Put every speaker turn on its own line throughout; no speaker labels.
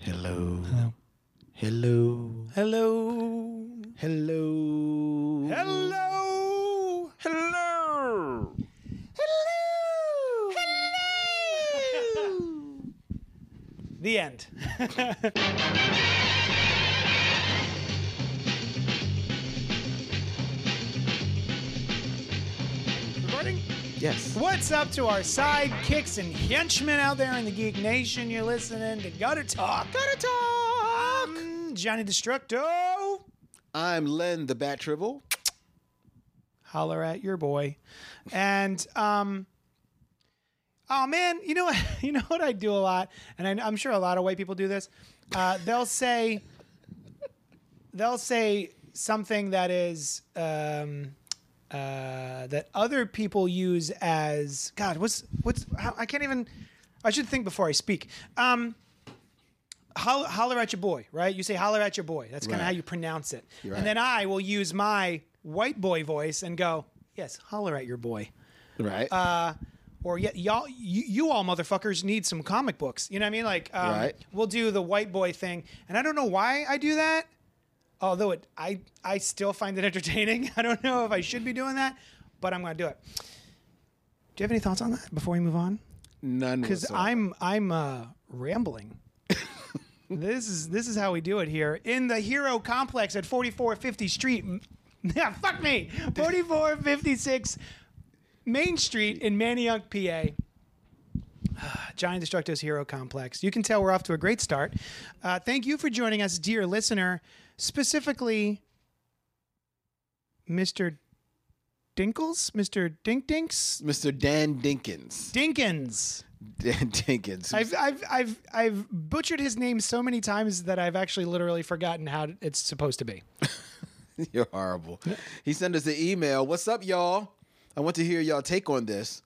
Hello. Hello.
Hello.
Hello.
Hello. Hello. Hello. Hello. the end. Recording?
Yes.
What's up to our sidekicks and henchmen out there in the Geek Nation? You're listening to Gutter Talk. Gutter Talk. Johnny Destructo.
I'm Len the Bat Trivel.
holler at your boy. And um oh man, you know what you know what I do a lot, and I, I'm sure a lot of white people do this. Uh, they'll say they'll say something that is um, uh, that other people use as God. What's what's how, I can't even. I should think before I speak. Um, holler, holler at your boy, right? You say holler at your boy. That's kind of
Right.
how you pronounce it.
You're
And
right.
then I will use my white boy voice and go, yes, holler at your boy.
Right.
Or y- y'all, you, you all motherfuckers need some comic books. You know what I mean? Like, um,
Right.
we'll do the white boy thing, and I don't know why I do that. Although it, I, I still find it entertaining. I don't know if I should be doing that, but I'm going to do it. Do you have any thoughts on that before we move on?
None.
because I'm I'm uh, rambling. this is this is how we do it here in the Hero Complex at 4450 Street. M- Yeah, fuck me, 4456 Main Street in Manayunk, PA. Giant Destructo's Hero Complex. You can tell we're off to a great start. Uh, thank you for joining us, dear listener. Specifically, Mr. Dinkles, Mr. Dink Dinks,
Mr. Dan Dinkins.
Dinkins.
Dan Dinkins.
I've, I've I've I've butchered his name so many times that I've actually literally forgotten how it's supposed to be.
You're horrible. He sent us an email. What's up, y'all? I want to hear y'all take on this.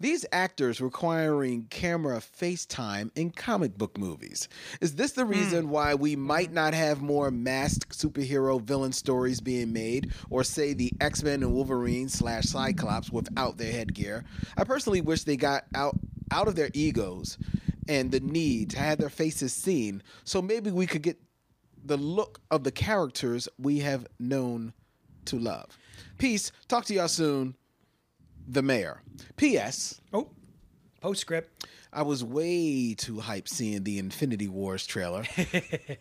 These actors requiring camera FaceTime in comic book movies. Is this the reason why we might not have more masked superhero villain stories being made, or say the X Men and Wolverine slash Cyclops without their headgear? I personally wish they got out out of their egos and the need to have their faces seen, so maybe we could get the look of the characters we have known to love. Peace. Talk to y'all soon. The mayor. P.S.
Oh, postscript.
I was way too hyped seeing the Infinity Wars trailer,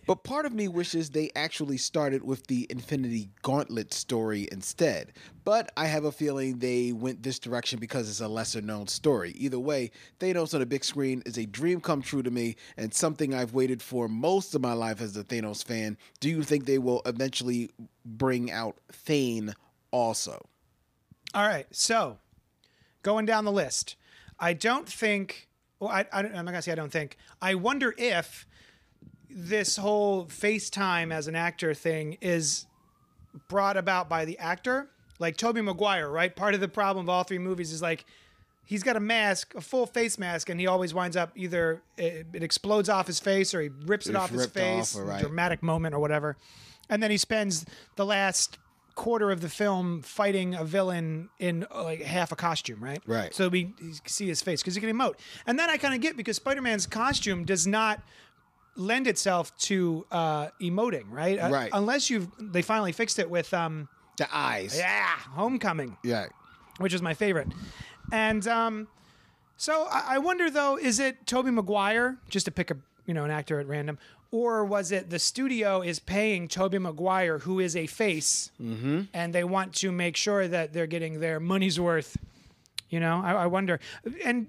but part of me wishes they actually started with the Infinity Gauntlet story instead. But I have a feeling they went this direction because it's a lesser known story. Either way, Thanos on the big screen is a dream come true to me and something I've waited for most of my life as a Thanos fan. Do you think they will eventually bring out Thane also?
All right, so going down the list, I don't think. Well, I, I don't, I'm not gonna say I don't think. I wonder if this whole FaceTime as an actor thing is brought about by the actor, like Toby Maguire, right? Part of the problem of all three movies is like he's got a mask, a full face mask, and he always winds up either it, it explodes off his face or he rips it
It's
off his
ripped
face,
off, all right.
dramatic moment or whatever, and then he spends the last quarter of the film fighting a villain in uh, like half a costume, right?
Right.
So we see his face because he can emote, and that I kind of get because Spider-Man's costume does not lend itself to uh, emoting, right? Uh,
Right.
unless you've they finally fixed it with um
The eyes.
yeah Homecoming,
Yeah.
which is my favorite, and um, so I, I wonder though, is it Toby Maguire just to pick a you know an actor at random, or was it the studio is paying Toby Maguire who is a face, and they want to make sure that they're getting their money's worth? You know, I, I wonder. And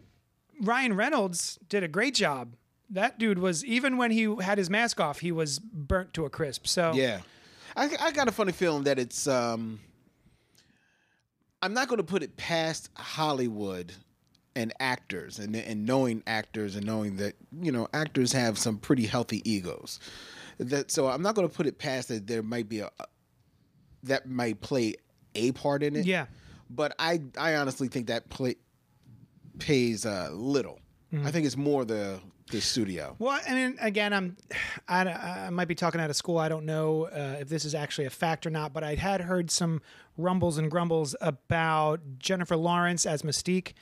Ryan Reynolds did a great job. That dude was even when he had his mask off, he was burnt to a crisp. So
Yeah, I, I got a funny feeling that it's. Um, I'm not going to put it past Hollywood and actors and and knowing actors and knowing that you know actors have some pretty healthy egos. That so I'm not going to put it past that there might be a that might play a part in it.
Yeah.
but I I honestly think that play pays uh, little. I think it's more the the studio.
Well, I mean, again, I'm, I, don't- I might be talking out of school. I don't know uh, if this is actually a fact or not, but I had heard some rumbles and grumbles about Jennifer Lawrence as Mystique,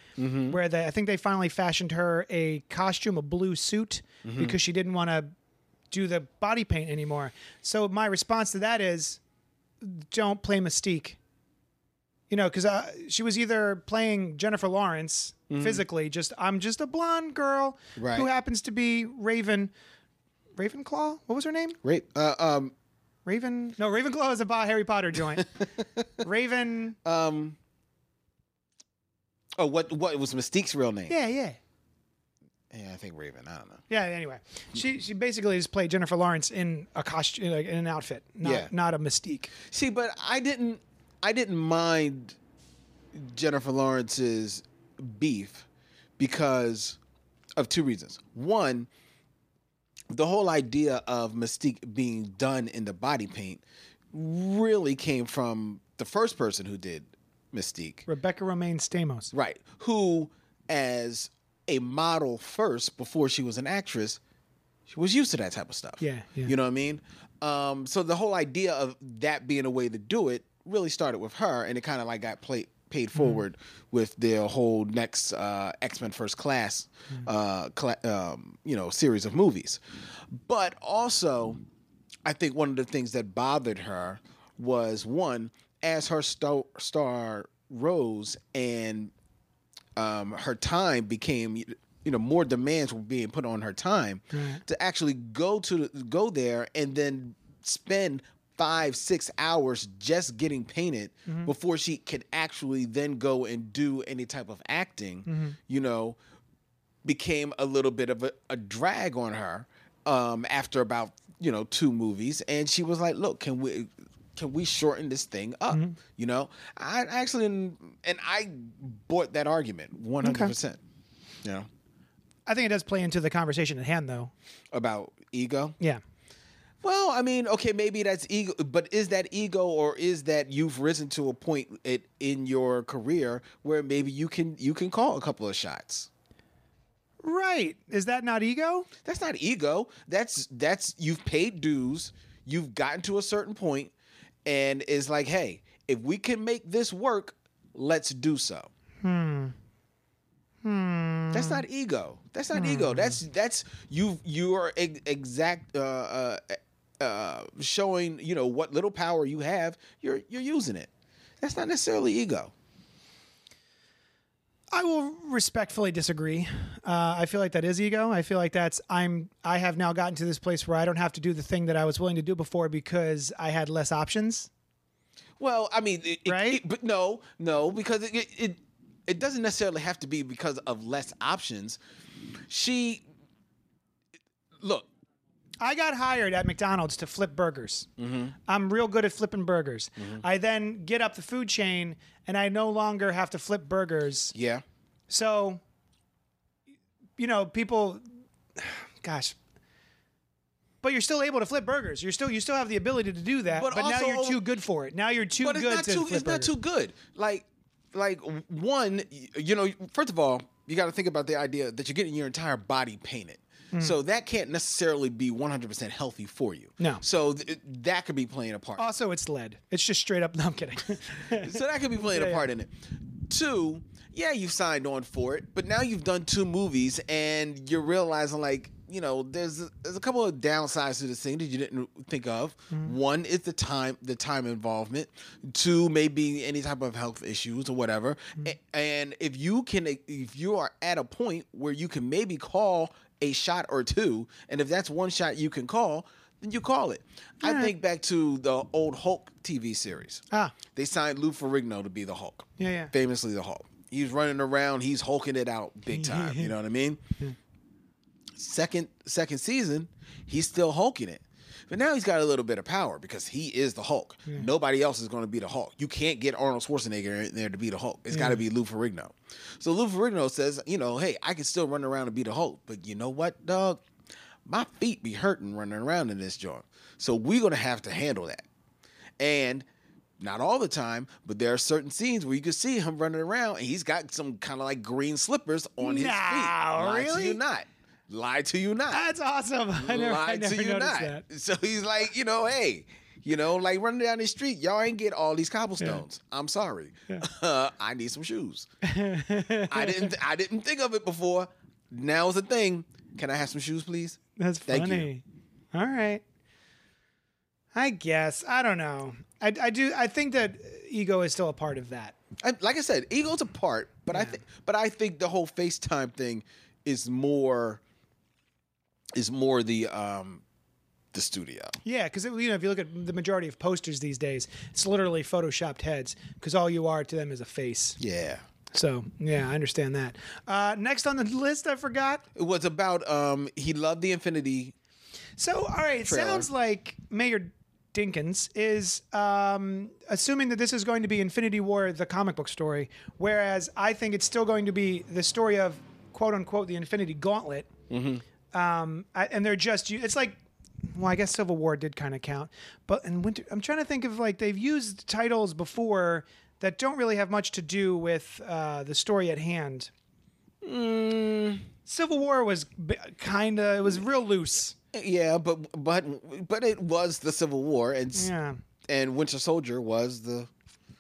where they, I think they finally fashioned her a costume, a blue suit, because she didn't want to do the body paint anymore. So my response to that is, don't play Mystique. You know, because uh, she was either playing Jennifer Lawrence physically, just I'm just a blonde girl
Mm-hmm. Right.
who happens to be Raven, Ravenclaw. What was her name?
Right. Uh, um,
Raven? No, Ravenclaw is a Ba- Harry Potter joint. Raven.
um, oh, what what was Mystique's real name?
Yeah, yeah.
Yeah, I think Raven. I don't know.
Yeah. Anyway, she she basically just played Jennifer Lawrence in a costume, like in an outfit, not
Yeah.
not a mystique.
See, but I didn't I didn't mind Jennifer Lawrence's beef because of two reasons. One, the whole idea of Mystique being done in the body paint really came from the first person who did Mystique.
Rebecca Romaine Stamos.
Right. Who, as a model first, before she was an actress, she was used to that type of stuff.
Yeah, yeah.
You know what I mean? Um, so the whole idea of that being a way to do it really started with her, and it kind of like got play, paid
Mm-hmm.
forward with their whole next uh, X Men First Class,
Mm-hmm.
uh, cla- um, you know, series of movies. But also, I think one of the things that bothered her was one, as her star, star rose and um, her time became you know more demands were being put on her time to actually go to go there and then spend five six hours just getting painted before she could actually then go and do any type of acting you know became a little bit of a, a drag on her um, after about you know two movies and she was like look can we can we shorten this thing up you know i actually and i bought that argument 100% you know
I think it does play into the conversation at hand, though.
about ego
Yeah.
well i mean okay maybe that's ego but is that ego or is that you've risen to a point it, in your career where maybe you can you can call a couple of shots
Right. Is that not ego?
That's not ego. That's that's you've paid dues. You've gotten to a certain point, and it's like, hey, if we can make this work, let's do so. Hmm. That's not ego. That's not ego. That's that's you. You are ex- exact. Uh, uh, uh, showing you know what little power you have. You're you're using it. That's not necessarily ego.
I will respectfully disagree. Uh, I feel like that is ego. I feel like that's I'm I have now gotten to this place where I don't have to do the thing that I was willing to do before because I had less options.
Well, I mean, it, it-
Right?
it- but no, no, because it, it it it doesn't necessarily have to be because of less options. She look.
I got hired at McDonald's to flip burgers. I'm real good at flipping burgers. I then get up the food chain and I no longer have to flip burgers.
Yeah.
So, you know, people, gosh, but you're still able to flip burgers. You're still you still have the ability to do that. But,
But
now
also-
you're too good for it. Now you're too
But
good
it's not
to
too.
flip
It's not
burgers.
too good. Like, like one. y- You know, first of all, you got to think about the idea that you're getting your entire body painted.
Hmm.
So that can't necessarily be 100% healthy for you.
No.
So th- that could be playing a part.
Also, it's lead. It's just straight up. No, I'm kidding.
so that could be playing a
yeah.
part in it. Two, yeah, you've signed on for it, but now you've done two movies and you're realizing like, you know, there's there's a couple of downsides to this thing that you didn't think of.
Mm-hmm.
One is the time the time involvement. Two, maybe any type of health issues or whatever.
Mm-hmm.
A- And if you can if you are at a point where you can maybe call a shot or two, and if that's one shot you can call, then you call it. I think back to the old Hulk TV series.
ah,
They signed Lou Ferrigno to be the Hulk.
Yeah, yeah.
Famously the Hulk. He's running around, he's hulking it out big time. you know what I mean? Second second season, he's still hulking it. But now he's got a little bit of power because he is the Hulk. Nobody else is going to be the Hulk. You can't get Arnold Schwarzenegger in there to be the Hulk. It's got to be Lou Ferrigno. So Lou Ferrigno says, you know, hey, I can still run around and be the Hulk, but you know what, dog? My feet be hurting running around in this joint. So we're going to have to handle that. And not all the time, but there are certain scenes where you can see him running around and he's got some kind of like green slippers on his feet.
No,
Lie
really?
to you not. Lie to you not.
that's awesome. I never, I
Lie
never
to you
noticed
not.
that.
So he's like, you know, hey, you know, like running down the street, y'all ain't get all these cobblestones. I'm sorry. Uh, I need some shoes. I didn't I didn't think of it before. Now it's a thing. Can I have some shoes, please?
That's
Thank you.
funny. All right. I guess. I don't know. I, I do. I think that ego is still a part of that.
I, like I said, ego's a part, but I think but I think the whole FaceTime thing is more is more the um the studio.
Yeah, because you know if you look at the majority of posters these days, it's literally photoshopped heads because all you are to them is a face.
Yeah.
So yeah, I understand that. Uh, next on the list, I forgot.
It was about um he loved the infinity
So all right, it
Trailer.
sounds like Mayor Dinkins is um, assuming that this is going to be Infinity War, the comic book story, whereas I think it's still going to be the story of quote unquote the Infinity Gauntlet. Um, I, and they're just u- it's like well, I guess Civil War did kind of count, but in Winter, I'm trying to think of like they've used titles before that don't really have much to do with uh, the story at hand. Civil War was b- kind of it was real loose.
Yeah, but but but it was the Civil War and s-
Yeah.
and Winter Soldier was the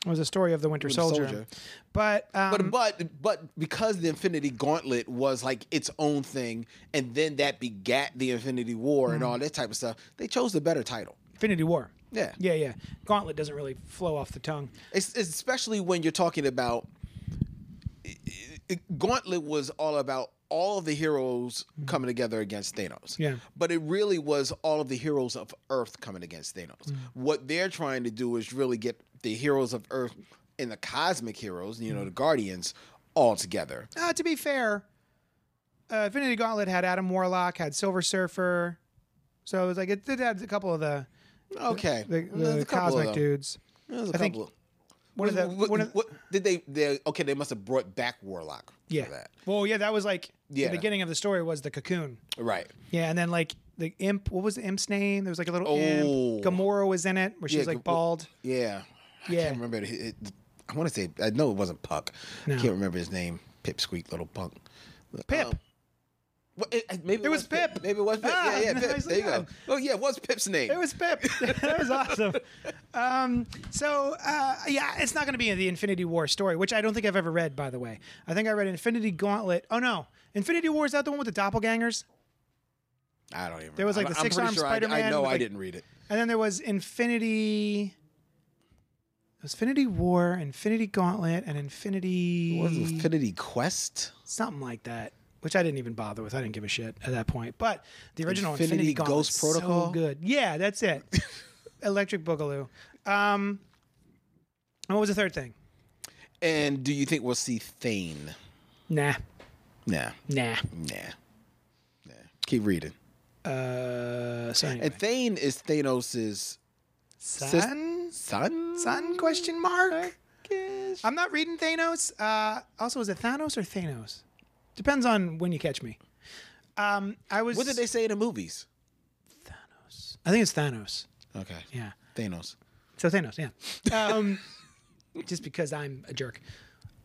It was a story of the Winter, Soldier.
Soldier.
But, um,
but but but because the Infinity Gauntlet was like its own thing, and then that begat the Infinity War and all that type of stuff, they chose the better title.
Infinity War.
Yeah,
Yeah, yeah. Gauntlet doesn't really flow off the tongue.
It's, it's especially when you're talking about i- i- Gauntlet was all about all of the heroes coming together against Thanos.
Yeah.
But it really was all of the heroes of Earth coming against Thanos.
Mm.
What they're trying to do is really get the heroes of Earth and the cosmic heroes, you know, the Guardians, all together.
Uh, to be fair, uh, Infinity Gauntlet had Adam Warlock, had Silver Surfer. So it was like it did have a couple of the,
Okay.
the,
There's
the
a couple
cosmic
of them.
dudes.
There's a
I think
couple of-
One of the,
What,
one of,
what- did they? They okay. They must have brought back Warlock.
yeah.
For that.
Well, yeah, that was like
Yeah.
the beginning of the story was the cocoon.
Right.
Yeah, and then like the imp. What was the imp's name? There was like a little
Oh.
imp. Gamora was in it, where she's
Yeah,
like
Gam-
bald.
Yeah. I
Yeah.
can't remember. It, it- I want to say I know it wasn't Puck.
No.
I can't remember his name. Pipsqueak, little punk.
Pip.
Um, well, it, it- maybe it,
was Pip.
Maybe it was Pip.
Ah,
yeah, yeah, Pip.
nicely
There you go.
done.
Oh yeah, what's Pip's name?
It was Pip. that was awesome. Um, so uh, yeah, it's not going to be in the Infinity War story, which I don't think I've ever read. By the way, I think I read Infinity Gauntlet. Oh no, Infinity War is that the one with the doppelgangers?
I don't even.
There was, like,
remember.
the
I'm- I'm
six-armed
pretty sure I- I
Spider-Man
know
with,
I
like-
didn't read it.
And then there was Infinity. It was Infinity War, Infinity Gauntlet, and Infinity
Was it Infinity Quest?
something like that. Which I didn't even bother with. I didn't give a shit at that point. But the original
Infinity
Infinity, Gauntlet's
Ghost
so
Protocol?
good. Yeah, that's it. Electric Boogaloo. Um, and what was the third thing?
And do you think we'll see Thane?
Nah,
Nah,
nah.
nah, nah. Keep reading.
Uh, so anyway.
And Thane is Thanos's sis-
Sun,
son.
sun? Question mark.
Son.
I'm not reading Thanos. Uh, also, is it Thanos or Thanos? Depends on when you catch me. Um, I was.
What did they say in the movies?
I think it's Thanos.
Okay.
Yeah.
Thanos.
So Thanos, yeah. Um, just because I'm a jerk.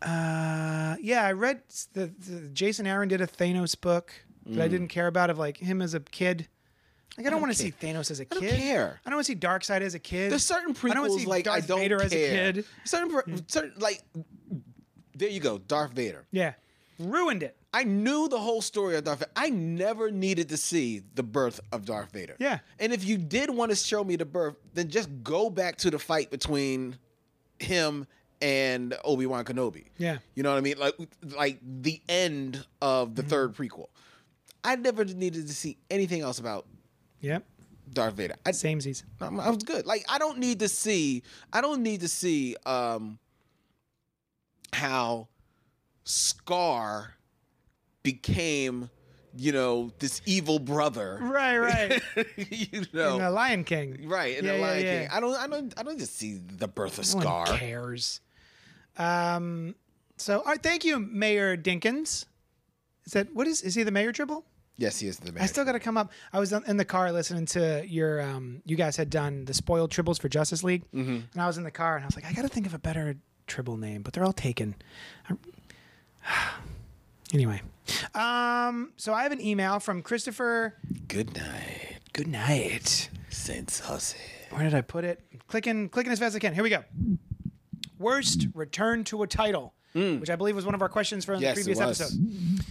Uh, yeah, I read s- the, the Jason Aaron did a Thanos book that
Mm.
I didn't care about of like him as a kid. Like I don't, want to see Thanos as a
don't
kid.
care.
I don't want to see Darkseid as a kid.
There's certain prequels
I don't wanna see
like
Darth
I don't
Vader
care.
as a kid. Hmm.
Certain, pre- certain like there you go, Darth Vader.
Yeah, ruined it.
I knew the whole story of Darth Vader. I never needed to see the birth of Darth Vader.
Yeah.
And if you did want to show me the birth, then just go back to the fight between him and Obi-Wan Kenobi.
Yeah.
You know what I mean? Like like the end of
Mm-hmm.
the third prequel. I never needed to see anything else about
Yep,
Darth Vader. I,
samesies.
I'm, I was good. Like I don't need to see. I don't need to see um how Scar became, you know, this evil brother.
Right, right.
you
And the
know,
Lion King.
right? In
Yeah,
the
yeah,
Lion
yeah.
King. I don't. I don't. I don't just see the birth of
No
Scar.
one cares. Um. So, all right, thank you, Mayor Dinkins. Is that what is? Is he the mayor? Dribble?
Yes, he is the man.
I still got to come up. I was in the car listening to your, um, you guys had done the spoiled tribbles for Justice League,
Mm-hmm.
and I was in the car and I was like, I got to think of a better tribble name, but they're all taken. I- anyway, um, so I have an email from Christopher.
Good night,
Good night.
Saint Saucy.
Where did I put it? Clicking, clicking as fast as I can. Here we go. Worst return to a title, which I believe was one of our questions from
Mm. Yes,
the
it
previous
was.
episode.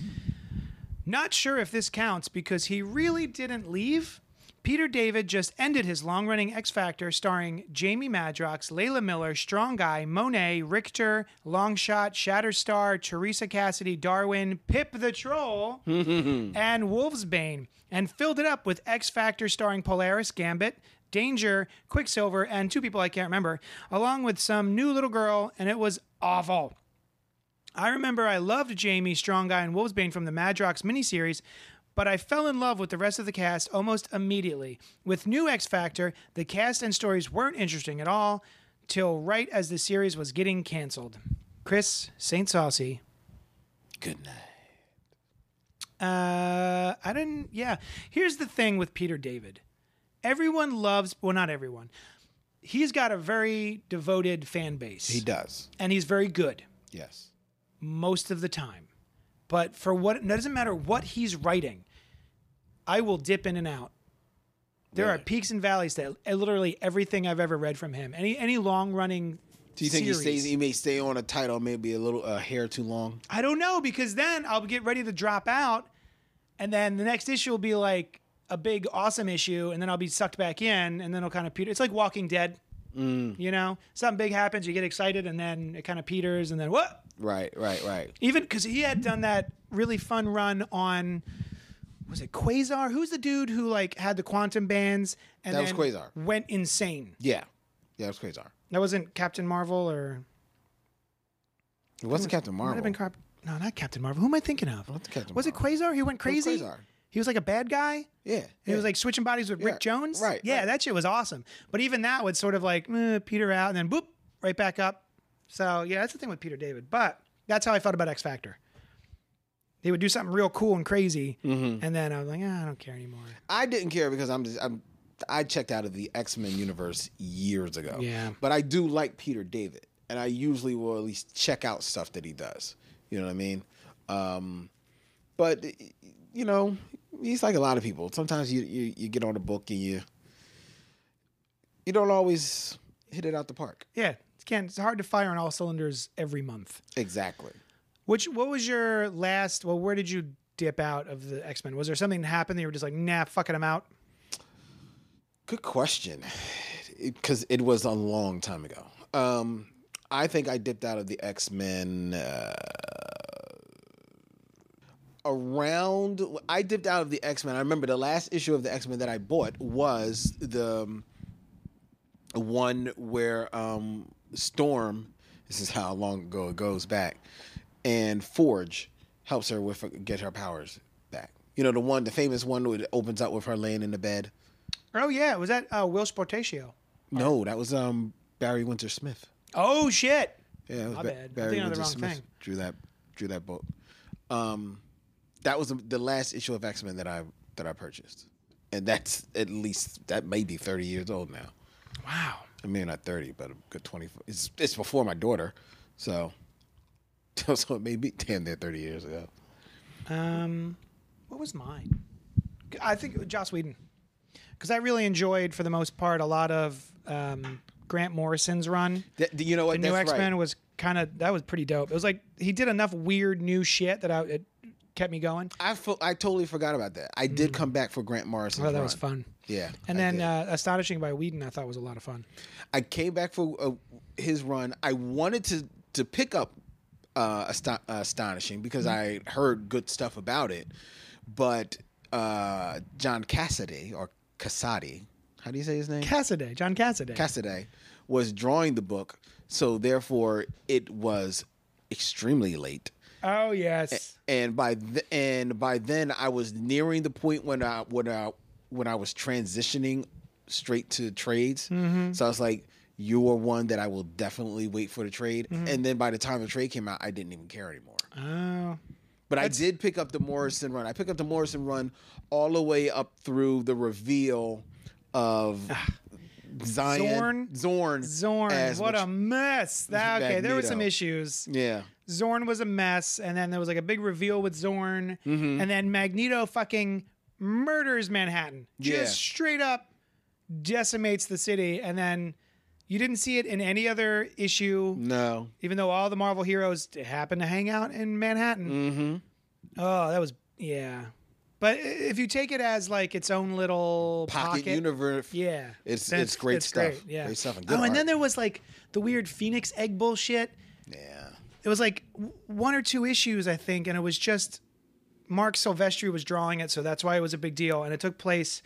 Not sure if this counts because he really didn't leave, Peter David just ended his long running X Factor starring Jamie Madrox, Layla Miller, Strong Guy, Monet, Richter, Longshot, Shatterstar, Teresa Cassidy, Darwin, Pip the Troll, and Wolvesbane, and filled it up with X Factor starring Polaris, Gambit, Danger, Quicksilver, and two people I can't remember, along with some new little girl, and it was awful. I remember I loved Jamie, Strong Guy, and Wolvesbane from the Madrox miniseries, but I fell in love with the rest of the cast almost immediately. With New X Factor, the cast and stories weren't interesting at all till right as the series was getting canceled. Chris St. Saucy.
Good night.
Uh, I didn't. Yeah. Here's the thing with Peter David everyone loves, well, not everyone. He's got a very devoted fan base,
He does.
and he's very good.
Yes.
most of the time. But for what it doesn't matter what he's writing, I will dip in and out. There are
Really?
peaks and valleys that literally everything I've ever read from him. Any any long running
Do you think he
series,
stays? He may stay on a title, maybe a little a hair too long.
I don't know because then I'll get ready to drop out, and then the next issue will be like a big awesome issue, and then I'll be sucked back in, and then I'll kind of peter. It's like Walking Dead. You know, something big happens, you get excited, and then it kind of peters, and then what?
Right. Right. Right.
Even because he had done that really fun run on, was it Quasar? Who's the dude who like had the quantum bands and
That was
then
Quasar.
went insane?
Yeah. Yeah. It was Quasar.
That wasn't Captain Marvel or
It wasn't Captain
might
Marvel.
have been Cap- no, not Captain Marvel. Who am I thinking of?
Not the Captain
was
Marvel.
it Quasar? He went
was
crazy.
Quasar.
He was like a bad guy.
Yeah.
He
yeah.
was like switching bodies with
Yeah,
Rick Jones.
right,
Yeah,
right.
that shit was awesome. But even that would sort of like eh, peter out and then boop right back up. So yeah, that's the thing with Peter David. But that's how I felt about X Factor. They would do something real cool and crazy,
Mm-hmm.
and then I was like, ah, I don't care anymore.
I didn't care because I'm just I'm I checked out of the X Men universe years ago.
Yeah.
But I do like Peter David, and I usually will at least check out stuff that he does. You know what I mean? Um, but you know, he's like a lot of people. Sometimes you you, you get on a book and you you don't always hit it out the park.
Yeah, it's can it's hard to fire on all cylinders every month.
Exactly.
Which what was your last? Well, where did you dip out of the X Men? Was there something that happened that you were just like, nah, fucking them out?
Good question, because it was a long time ago. Um, I think I dipped out of the X Men uh, around. I dipped out of the X Men. I remember the last issue of the X Men that I bought was the um, one where um, Storm. This is how long ago it goes back, and Forge helps her with get her powers back. You know the one, the famous one, where it opens up with her laying in the bed.
Oh yeah, was that uh, Will Sportatio?
No, that was um Barry Winter Smith.
Oh shit!
Yeah, it was
My
Ba-
bad. I'm
Barry
thinking of the
Winter
wrong
Smith
thing.
drew that drew that book. Um, that was the- the last issue of X Men that I that I purchased, and that's at least that may be thirty years old now.
Wow.
I mean, not thirty, but a good twenty. It's it's before my daughter, so so it may be damn near thirty years ago.
Um, what was mine? I think it was Joss Whedon, because I really enjoyed for the most part a lot of um, Grant Morrison's run.
That, you know what?
The new
that's
X
right.
Men was kind of that was pretty dope. It was like he did enough weird new shit that I it kept me going.
I fo- I totally forgot about that. I did come back for Grant Morrison.
Mm. Oh, that was fun.
Yeah,
And
I
then
did.
uh, Astonishing by Whedon, I thought was a lot of fun.
I came back for uh, his run. I wanted to to pick up uh, Asto- astonishing because I heard good stuff about it, but uh, John Cassidy or Cassati, how do you say his name?
Cassidy, John Cassidy.
Cassidy was drawing the book, so therefore it was extremely late.
oh yes.
And by th- and by then I was nearing the point when I when I when I was transitioning straight to trades.
Mm-hmm.
So I was like, "You are one that I will definitely wait for the trade."
Mm-hmm.
And then by the time the trade came out, I didn't even care anymore.
Oh.
But I did pick up the Morrison run. I picked up the Morrison run all the way up through the reveal of Zion
Ah. Zorn?
Zorn
Zorn,
as
what
Mach-
a mess. That, okay, there was some
Magneto.
issues.
yeah.
Zorn was a mess, and then there was like a big reveal with Zorn,
Mm-hmm.
and then Magneto fucking murders Manhattan, just
Yeah.
straight up decimates the city, and then you didn't see it in any other issue,
No.
even though all the Marvel
Mm.
heroes happened to hang out in Manhattan.
Mm-hmm.
Oh, that was yeah. But i- if you take it as like its own little
Pocket,
pocket,
universe.
yeah,
It's-
then
it's great stuff.
yeah,
Great stuff and
oh,
good
and then
art.
there was like the weird Phoenix Egg bullshit.
Yeah.
It was like w- one or two issues, I think, and it was just Mark Silvestri was drawing it, so that's why it was a big deal, and it took place.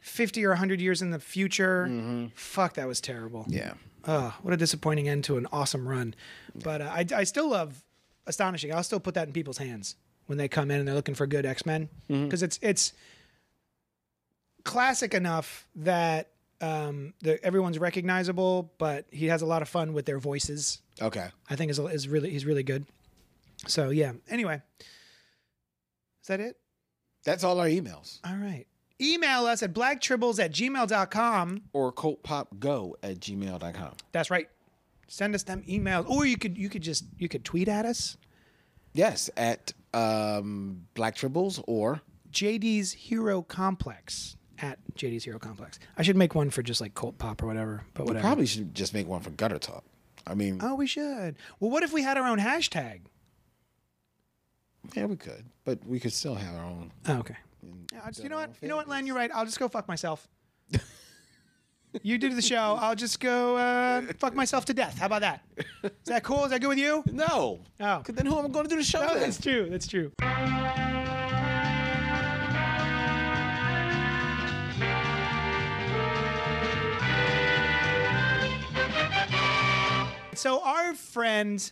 50 or 100 years in the future. Fuck, that was terrible.
Yeah.
Oh, what a disappointing end to an awesome run. But uh, I, I still love Astonishing. I'll still put that in people's hands when they come in and they're looking for good X Men because it's it's classic enough that um, the, everyone's recognizable, but he has a lot of fun with their voices.
Okay.
I think is is really he's really good. So yeah. Anyway, is that it?
That's all our emails.
All right. Email us at blacktribbles at gmail.com.
Or cultpopgo at gmail.com.
That's right. Send us them emails, or you could you could just you could tweet at us.
Yes, at um, Black Tribbles or
JD's Hero Complex at JD's Hero Complex. I should make one for just like cult pop or whatever, but whatever.
probably should just make one for gutter talk. I mean,
Oh, we should. Well, what if we had our own hashtag?
yeah, we could, but we could still have our own.
Oh, okay. Yeah, I just- you know what? You know what, Len? You're right. I'll just go fuck myself. you do the show. I'll just go uh, fuck myself to death. How about that? Is that cool? Is that good with you?
No.
Oh.
'Cause then who am I going to do the show
Oh,
with?
that's true. That's true. So our friend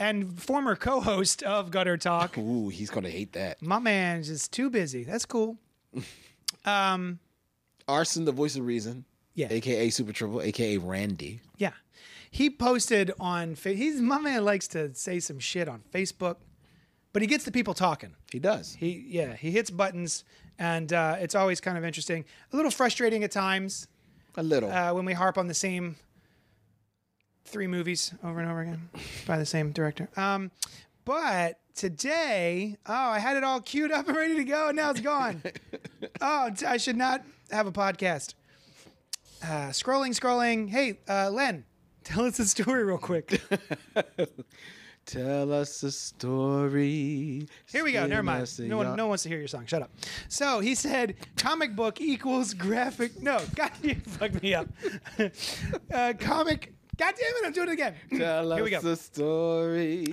and former co-host of Gutter Talk,
Ooh, he's going to hate that.
my man, is just too busy. That's cool.
Arson, the voice of reason.
Yeah.
AKA Super Triple, AKA Randy.
Yeah, he posted on. Fa- He's my man likes to say some shit on Facebook, but he gets the people talking.
He does.
He yeah, he hits buttons, and uh, it's always kind of interesting. A little frustrating at times
A little.
uh, when we harp on the same three movies over and over again by the same director. Um, but today, oh, I had it all queued up and ready to go, and now it's gone. oh, t- I should not have a podcast. Uh, scrolling, scrolling. Hey, uh, Len, tell us the story real quick.
Tell us a story.
Here we go.
Spin
Never mind.
us a
No one,
yarn.
no one wants to hear your song. Shut up. So he said, comic book equals graphic. No, God, you fucked me up. uh, comic. God damn it! I'm doing it again.
Tell
Here we
us
go.
a story.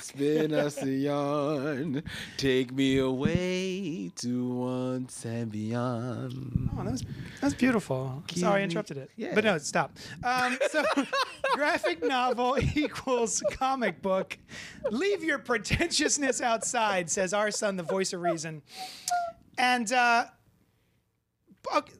spin us a yarn. Take me away to once and beyond.
Oh, that was that was beautiful. Sorry, I interrupted it.
Yeah.
But no, stop. Um, so, graphic novel equals comic book. Leave your pretentiousness outside, says our son, the voice of reason. And uh, okay,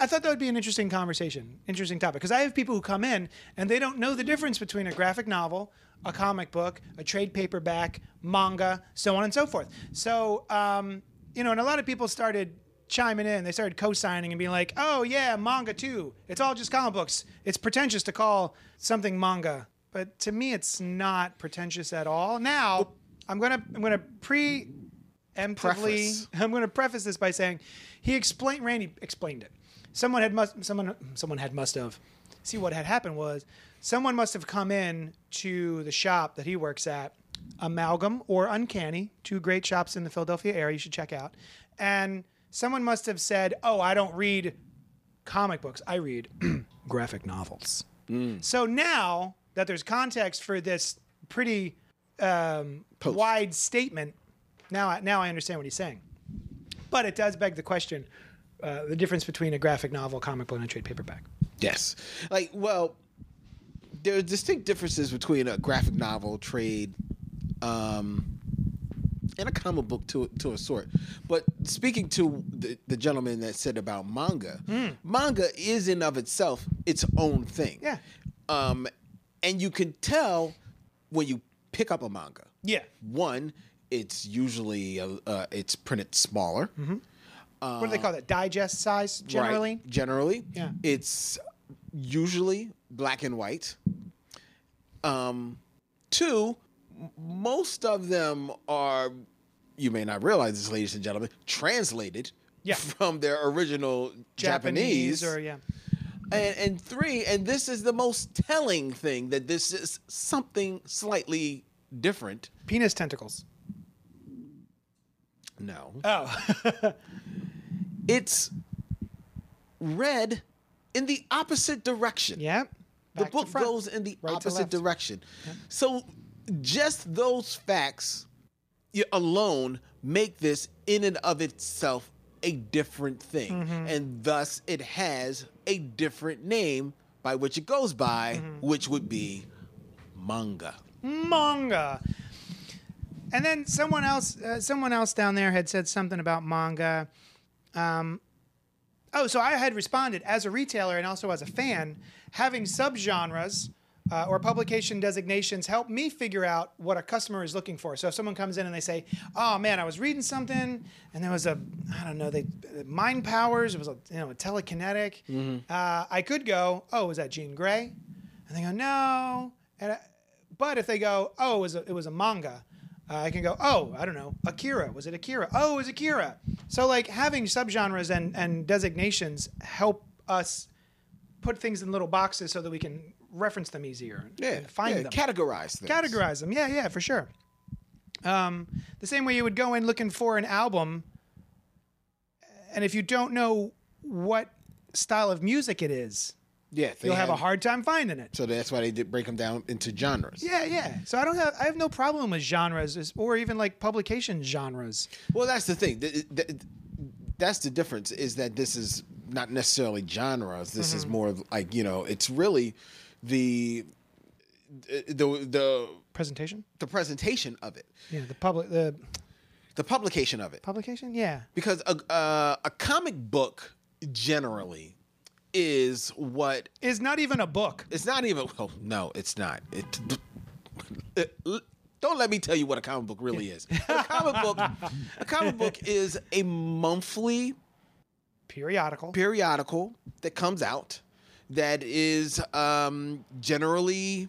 I thought that would be an interesting conversation, interesting topic, because I have people who come in and they don't know the difference between a graphic novel, a comic book, a trade paperback, manga, so on and so forth. So, um, you know, and a lot of people started chiming in. They started co-signing and being like, "Oh yeah, manga too. It's all just comic books. It's pretentious to call something manga." But to me, it's not pretentious at all. Now, I'm gonna I'm gonna pre
Preface.
preemptively. I'm going to preface this by saying he explained. Randy explained it. Someone had must. Someone. Someone had must have. See what had happened was someone must have come in to the shop that he works at, Amalgam or Uncanny, two great shops in the Philadelphia area. You should check out. And someone must have said, "Oh, I don't read comic books. I read graphic novels." So now that there's context for this pretty um, wide statement, now I, now I understand what he's saying. But it does beg the question: uh, the difference between a graphic novel, comic book, and a trade paperback.
Yes. Like, well, there are distinct differences between a graphic novel, trade, um, and a comic book to to a sort. But speaking to the, the gentleman that said about manga, manga is in of itself its own thing.
Yeah.
Um, and you can tell when you pick up a manga.
Yeah,
One, it's usually uh, uh, it's printed smaller.
Mm-hmm. what do they call that? Digest size generally.
Uh, Right, generally.
Yeah.
It's usually black and white. Um, two, m- most of them are, you may not realize this, ladies and gentlemen, translated
Yeah.
from their original Japanese.
or yeah,
and, and three, and this is the most telling thing that this is something slightly different.
penis tentacles.
No.
Oh,
It's read in the opposite direction.
yeah.
the
Back to
book
front.
goes in the
Right to
opposite
left.
direction. So just those facts y- alone make this in and of itself a different thing.
Mm-hmm.
And thus it has a different name by which it goes by,
Mm-hmm.
which would be manga.
manga. And then someone else, uh, someone else down there had said something about manga. Um, oh, so I had responded as a retailer and also as a fan, having subgenres uh, or publication designations help me figure out what a customer is looking for. So if someone comes in and they say, "Oh man, I was reading something, and there was a, I don't know, they uh, mind powers. It was a, you know, a telekinetic. Uh, I could go, oh, was that Jean Grey? And they go, no. And I, but if they go, oh, it was a, it was a manga, uh, I can go, oh, I don't know, Akira. Was it Akira? Oh, it was Akira. So like having subgenres and and designations help us put things in little boxes so that we can reference them easier and-
Yeah.
and find
yeah,
them,
Categorize things.
categorize them. Yeah, yeah, for sure. Um, the same way you would go in looking for an album, and if you don't know what style of music it is,
Yeah. they
you'll have a hard time finding it.
So that's why they did break them down into genres.
Yeah, yeah. So I don't have I have no problem with genres is- or even like publication genres.
Well, that's the thing. Th- th- th- That's the difference is that this is not necessarily genres. This is more of like you know, it's really the the the
Presentation?
the presentation of it,
Yeah, the public the
the publication of it,
publication? Yeah.
because a uh, a comic book generally is what
Is not even a book.
it's not even. Well, no, it's not. It, don't let me tell you what a comic book really is. A comic book, a comic book is a monthly
Periodical.
periodical that comes out that is um, generally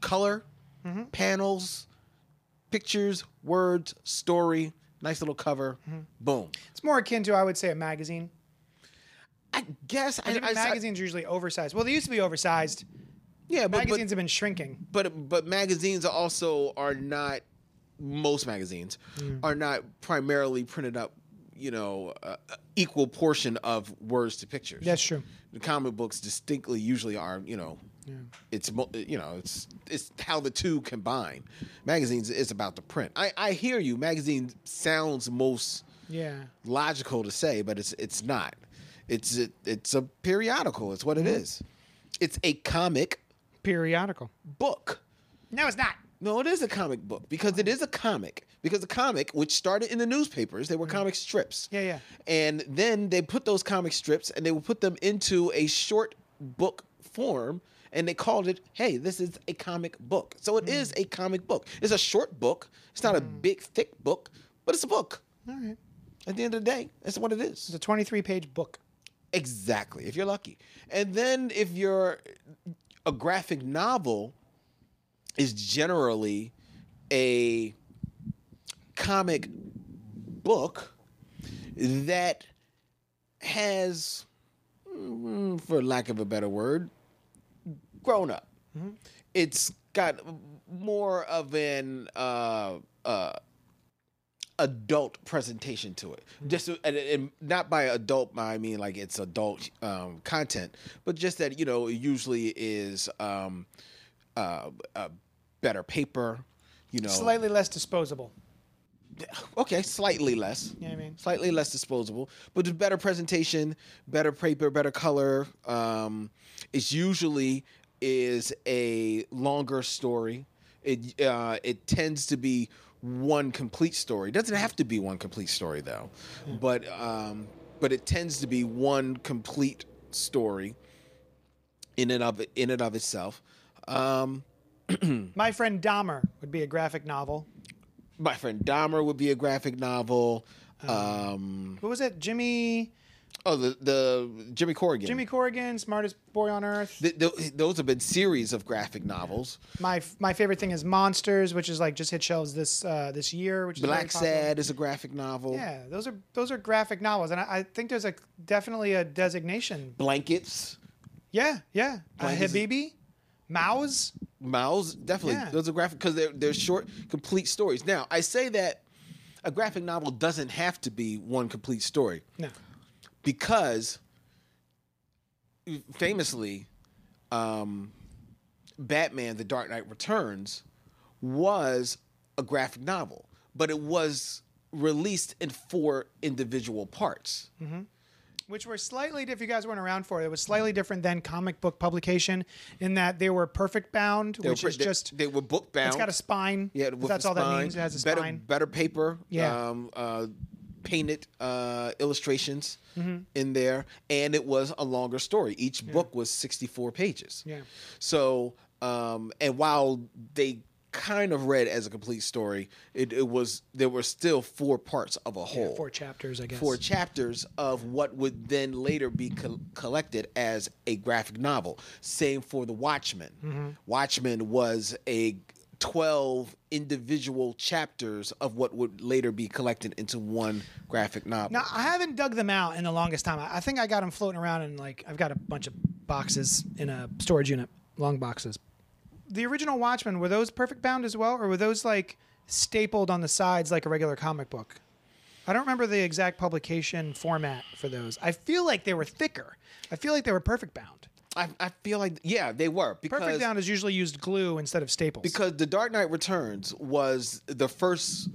color,
Mm-hmm.
panels, pictures, words, story, nice little cover,
Mm-hmm.
boom.
it's more akin to I would say a magazine.
I guess I,
And even
I-
magazines are usually oversized. Well, they used to be oversized.
yeah, but, but
Magazines have been shrinking.
but but magazines also are not most magazines
Mm.
are not primarily printed up, you know, uh, equal portion of words to pictures.
That's true.
the comic books distinctly usually are you know it's mo- you know it's it's how the two combine magazines is about the print i i hear you magazine sounds most
Yeah.
logical to say but it's it's not it's it, it's a periodical it's what it is it's a comic
Periodical.
book
No, it's not.
no, it is a comic book because it is a comic. Because the comic, which started in the newspapers, they were comic strips.
Yeah, yeah.
And then they put those comic strips and they would put them into a short book form and they called it, hey, this is a comic book. So it is a comic book. It's a short book. It's not a big, thick book, but it's a book.
All right.
At the end of the day, that's what it is.
It's a 23 page book.
Exactly, if you're lucky. And then if you're a graphic novel is generally a comic book that has mm, for lack of a better word grown up. It's got more of an uh uh adult presentation to it. Just and, and not by adult, I mean like it's adult um, content, but just that you know it usually is um, uh, uh, better paper. You know,
Slightly less disposable.
okay, slightly less,
You know what I mean?
slightly less disposable, but the better presentation, better paper, better color. Um, it's usually is a longer story. It uh, it tends to be one complete story. Doesn't have to be one complete story though, but um, but it tends to be one complete story in and of in and of itself. Um,
My friend Dahmer would be a graphic novel.
my friend Dahmer would be a graphic novel.
Uh-huh.
Um,
What was it? Jimmy
Oh, the the Jimmy Corrigan.
Jimmy Corrigan, smartest boy on earth.
Th- th- those have been series of graphic novels.
My my favorite thing is Monsters, which is like just hit shelves this uh, this year, which
Black
is very popular.
Sad is a graphic novel.
Yeah, those are those are graphic novels, and I, I think there's a definitely a designation.
Blankets,
Yeah, yeah. Uh,
Blank is-
Habibi, Mao's.
Mouse, definitely.
Yeah.
Those are graphic because they're they're short, complete stories. Now I say that a graphic novel doesn't have to be one complete story
No.
because famously um, batman the dark knight returns was a graphic novel but it was released in four individual parts
which were slightly different. If you guys weren't around for it, it was slightly different than comic book publication in that they were perfect bound,
They were
which
pre-
is
they-
just
they were book bound
it's got a spine.
yeah
if
with
that's
a
all that
spine,
means. It has a
better,
spine.
better paper
Yeah.
um, uh, painted uh, illustrations
Mm-hmm.
in there and it was a longer story each book was 64 pages
Yeah.
So, um, and while they kind of read as a complete story, it, it was there were still four parts of a whole,
Four chapters, I guess.
four chapters of what would then later be co- collected as a graphic novel. Same for The Watchmen. Watchmen was a 12 individual chapters of what would later be collected into one graphic novel.
Now I haven't dug them out in the longest time. I I think I got them floating around in like I've got a bunch of boxes in a storage unit, long boxes. The original Watchmen were those perfect bound as well, or were those like stapled on the sides like a regular comic book? I don't remember the exact publication format for those. I feel like they were thicker. I feel like they were perfect bound.
I, I feel like, yeah, they were. Because
Perfect bound is usually used glue instead of staples.
because the Dark Knight Returns was the first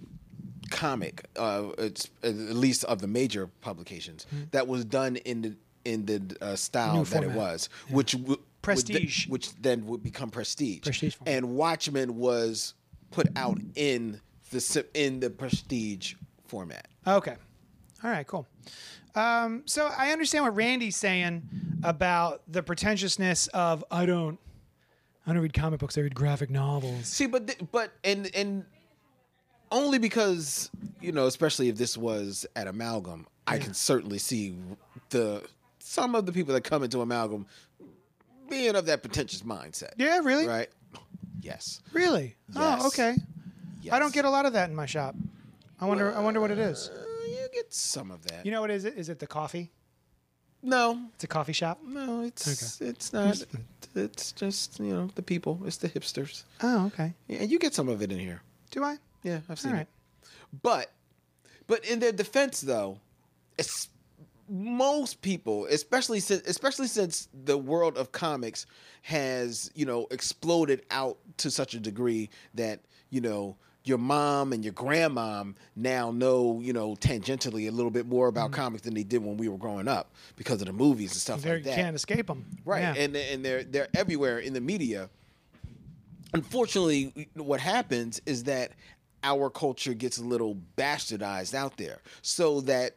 comic, uh, it's, at least of the major publications, that was done in the in the uh, style
Hmm. New
that it
format.
was, which w- would th-
Prestige.
which then would become prestige.
Prestige format.
and Watchmen was put out in the si- in the prestige format.
Okay. All right, cool. Um, so I understand what Randy's saying about the pretentiousness of I don't I don't read comic books, I read graphic novels.
See, but th- but and and only because you know, especially if this was at Amalgam, I can certainly see the some of the people that come into Amalgam being of that pretentious mindset.
Yeah, really?
Right. Yes.
Really?
Yes.
Oh, okay.
yes.
I don't get a lot of that in my shop. I wonder I wonder what it is.
Uh, you get some of that.
You know what is it? Is it the coffee?
no,
It's a coffee shop.
no, it's it's not. It's just you know the people. It's the hipsters.
Oh, okay.
Yeah, and you get some of it in here.
Do I?
Yeah, I've
All
seen
right.
it. But but in their defense though, it's most people, especially since especially since the world of comics has, you know, exploded out to such a degree that, you know, your mom and your grandmom now know, you know, tangentially a little bit more about comics than they did when we were growing up because of the movies and stuff
There
like
you
that
can't escape them.
right
Yeah.
and and they're they're everywhere in the media unfortunately what happens is that our culture gets a little bastardized out there so that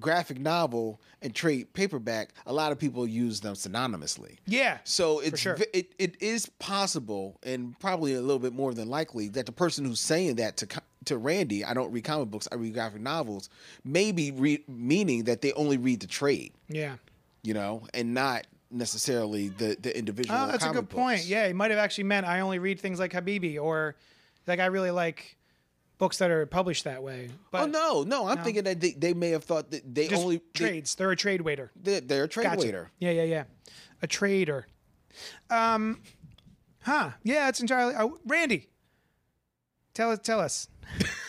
graphic novel and trade paperback a lot of people use them synonymously
yeah.
so it's
sure.
ve- it, it is possible and probably a little bit more than likely that the person who's saying that to co- to Randy, I don't read comic books, I read graphic novels, may be re- meaning that they only read the trade
Yeah.
you know, and not necessarily the the individual.
Oh, that's a
comic
good point.
books.
Yeah, it might have actually meant I only read things like Habibi or like I really like books that are published that way. But
Oh no, no, I'm thinking that they, they may have thought that they
just
only they,
trades. They, are a trade waiter.
they're, they're a trade
Gotcha.
waiter.
Yeah, yeah, yeah. A trader. Um, huh? Yeah, it's entirely. Uh, Randy, tell us. Tell us.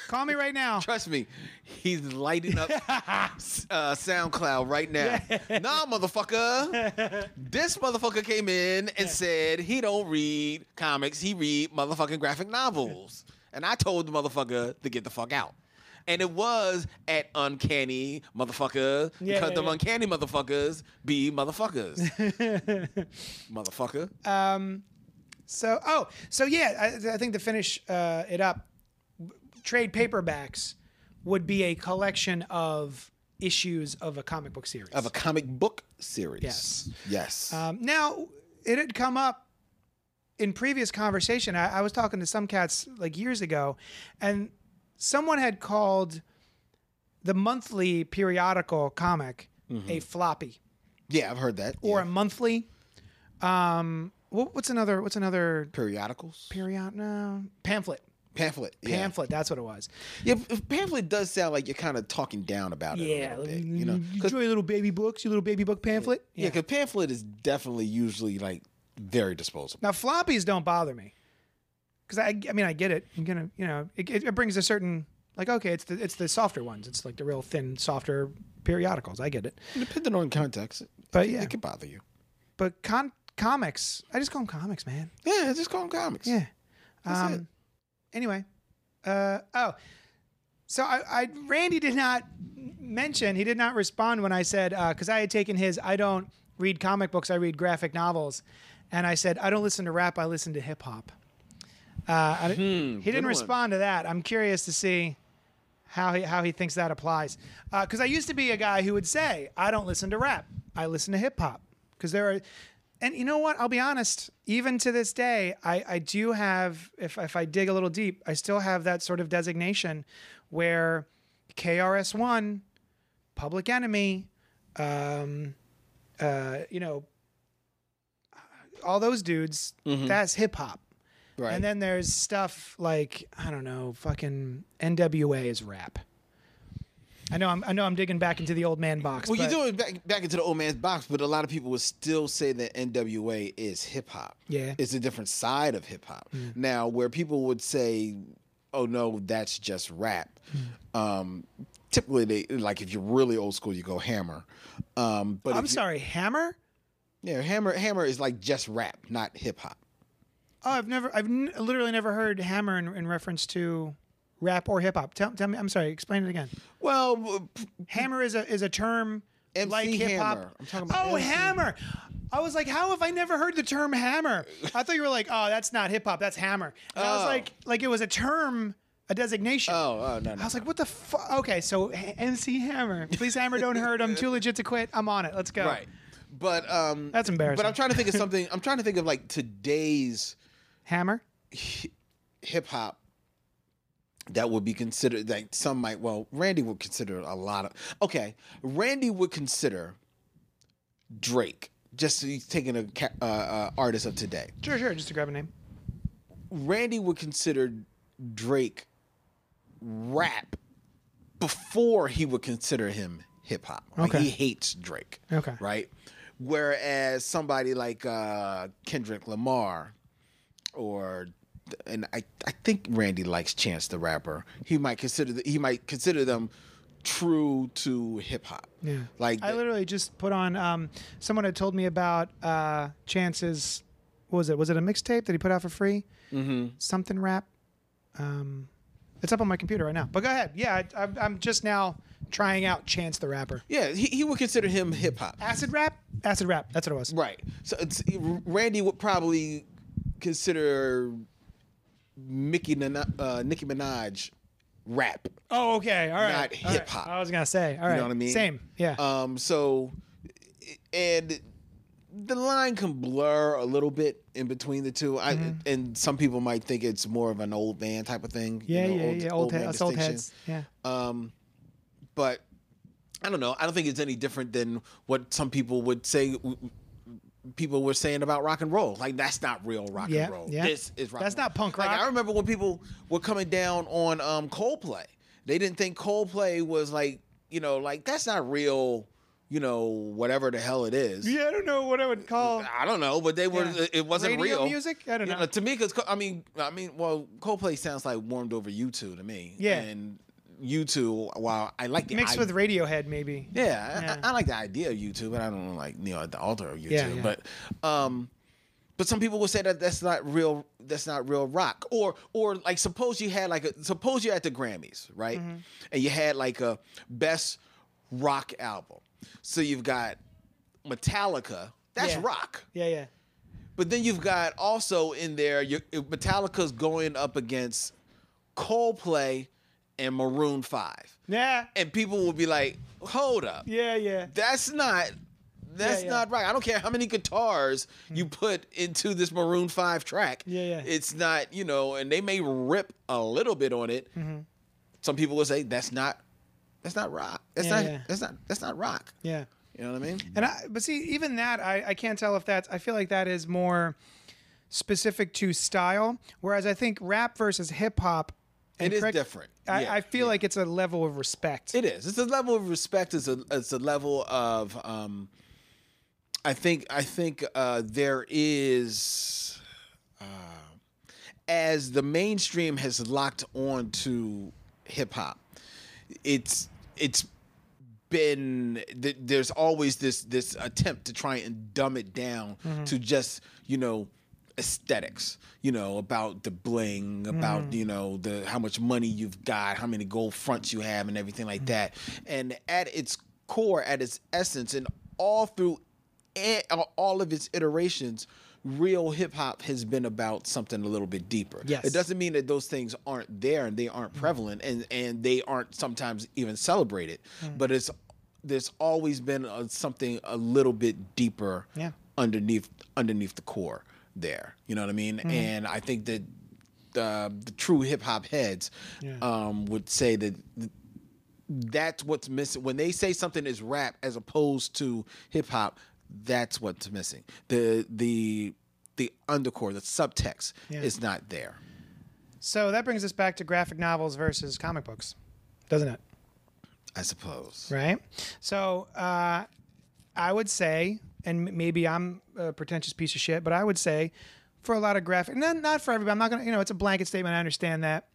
Call me right now.
Trust me, he's lighting up uh, SoundCloud right now. nah, motherfucker. This motherfucker came in and said he don't read comics. He read motherfucking graphic novels. And I told the motherfucker to get the fuck out. And it was at uncanny motherfucker
Yeah,
because
yeah,
them
yeah.
uncanny motherfuckers be motherfuckers. motherfucker.
Uh, So, oh, so yeah, I, I think to finish uh, it up, trade paperbacks would be a collection of issues of a comic book series.
of a comic book series.
Yes.
Yes.
Um, now, it had come up in previous conversation. I, I was talking to some cats like years ago, and someone had called the monthly periodical comic a floppy
yeah, I've heard that.
or
Mm-hmm. yeah.
a monthly. Um, wha- what's another? What's another
periodicals.
period? No, pamphlet.
pamphlet. Yeah.
Pamphlet. That's what it was.
Yeah, if pamphlet does sound like you're kind of talking down about it. Yeah. A little bit, you know, because
enjoy your little baby books. Your little baby book pamphlet.
yeah, 'cause pamphlet is definitely usually like very disposable.
Now floppies don't bother me because I, I mean I get it. I'm gonna you know it, it brings a certain Like, okay, it's the it's the softer ones. It's like the real thin, softer periodicals. I get it.
Depending on context,
But
it,
yeah.
it can bother you.
But con- comics, I just call them comics, man.
Yeah, um, just call them comics.
Yeah.
That's it.
Anyway, uh, oh, so I, I Randy did not mention he did not respond when I said because I had taken his I don't read comic books I read graphic novels, and I said I don't listen to rap I listen to hip hop. Uh, I- he
Hmm, good
didn't
one.
respond to that. I'm curious to see how he how he thinks that applies. Because I used to be a guy who would say, I don't listen to rap. I listen to hip hop. Because there are, and you know what? I'll be honest. Even to this day, I I do have if if I dig a little deep, I still have that sort of designation where KRS One, Public Enemy, um, uh, you know, all those dudes. That's hip hop.
Right.
And then there's stuff like I don't know, fucking NWA is rap. I know I'm I know I'm digging back into the old man box.
well, you
but-
do it back, back into the old man's box, but a lot of people would still say that NWA is hip hop.
Yeah.
It's a different side of hip hop. Now, where people would say, oh no, that's just rap, um, typically, they like if you're really old school, you go hammer. Um, but
I'm
if you-
sorry, Hammer?
yeah, hammer, hammer is like just rap, not hip hop.
Oh, I've never I've n- literally never heard Hammer in, in reference to rap or hip hop. Tell, tell me, I'm sorry, explain it again.
Well, w-
uh,
p-
Hammer is a is a term
MC
like hip
Hammer.
hop.
I'm talking about
Oh,
MC.
Hammer. I was like, how have I never heard the term Hammer? I thought you were like, oh, that's not hip hop, that's Hammer. And I was
Oh.
like, like it was a term, a designation.
oh, oh no, no.
I was like, what the fuck? Okay, so H- MC Hammer. Please Hammer don't hurt. I'm too legit to quit. I'm on it. Let's go.
Right. But um
That's embarrassing.
But I'm trying to think of something. I'm trying to think of like today's
Hammer?
hip hop that would be considered like some might well Randy would consider a lot of okay Randy would consider Drake just so he's taking a ca- uh, uh, artist of today
Sure, sure. Just to grab a name.
Randy would consider Drake rap before he would consider him hip hop Like,
Okay.
he hates Drake
Okay.
right? Whereas somebody like uh, Kendrick Lamar, or and I, I think Randy likes Chance the Rapper. He might consider the, he might consider them true to hip hop.
Yeah.
like
I literally just put on. Um, someone had told me about uh, Chance's. What was it? Was it a mixtape that he put out for free? Mm-hmm. Something rap. Um, it's up on my computer right now. But go ahead. Yeah, I, I'm, I'm just now trying out Chance the rapper.
yeah, he, he would consider him hip hop.
Acid rap. Acid rap. That's what it was.
Right. So it's, Randy would probably consider Mickey Nana- uh, Nicki Minaj rap.
Oh, okay. All right.
Not
all right.
hip-hop.
I was gonna say. All right.
know what I mean?
Same. Yeah.
Um, so, and the line can blur a little bit in between the two. I
Mm-hmm.
and some people might think it's more of an old man type of thing. you
Yeah,
know,
yeah, yeah. Old,
man Uh,
heads, us old
distinction.
heads. Yeah.
But I don't know. I don't think it's any different than what some people would say. w- w- People were saying about rock and roll, like that's not real rock
Yeah,
and roll.
yeah.
This is rock.
That's
and roll.
not punk
Like, I
rock.
remember when people were coming down on um, Coldplay. They didn't think Coldplay was like, you know, like that's not real, you know, whatever the hell it is.
I don't know what I would call.
I don't know, but they were.
Yeah.
It wasn't
Radio
real
music? I don't
You
know.
To me, because I mean, I mean, well, Coldplay sounds like warmed over U two to me.
Yeah.
and U two. While I like the
Mixed
I-
with Radiohead, maybe.
yeah, I-
Yeah.
I, I like the idea of YouTube, but I don't like you know at the altar of YouTube.
Yeah, yeah.
But um, but some people will say that that's not real. That's not real rock. Or or like suppose you had like a suppose you're at the Grammys, right?
Mm-hmm.
And you had like a best rock album. So you've got Metallica. That's
Yeah.
rock.
Yeah, yeah.
But then you've got also in there your, Metallica's going up against Coldplay and Maroon Five,
Yeah.
and people will be like, "Hold up,
Yeah, yeah.
that's not that's
Yeah, yeah.
not right. I don't care how many guitars you put into this Maroon 5 track.
Yeah, yeah.
It's not, you know, and they may rip a little bit on it.
Mm-hmm.
Some people will say that's not that's not rock. That's
Yeah,
not
yeah.
that's not that's not rock.
Yeah.
You know what I mean?
And I, but see, even that, I, I can't tell if that's. I feel like that is more specific to style, whereas I think rap versus hip hop. and
It is
correct-
different.
I,
Yeah,
I feel like it's a level of respect.
It is. It's a level of respect. It's a it's a level of um I think I think uh there is uh as the mainstream has locked on to hip hop. It's it's been th- there's always this this attempt to try and dumb it down to just you know aesthetics you know about the bling about you know the how much money you've got how many gold fronts you have and everything like that and at its core at its essence and all through a- all of its iterations real hip hop has been about something a little bit deeper
Yes.
it doesn't doesn't mean that those things aren't there and they aren't
Mm-hmm.
prevalent and and they aren't sometimes even celebrated
Mm-hmm.
but it's there's always been a, something a little bit deeper
Yeah.
underneath underneath the core there you know what i mean
Mm-hmm.
and i think that uh, the true hip hop heads
Yeah.
um, would say that th- that's what's missing when they say something is rap as opposed to hip hop that's what's missing the the the undercore the subtext
Yeah.
is not there
So that brings us back to graphic novels versus comic books, doesn't it?
I suppose.
Right. So uh, I would say, and m- maybe I'm a pretentious piece of shit, but I would say for a lot of graphic, not, not for everybody. I'm not gonna, you know, it's a blanket statement. I understand that.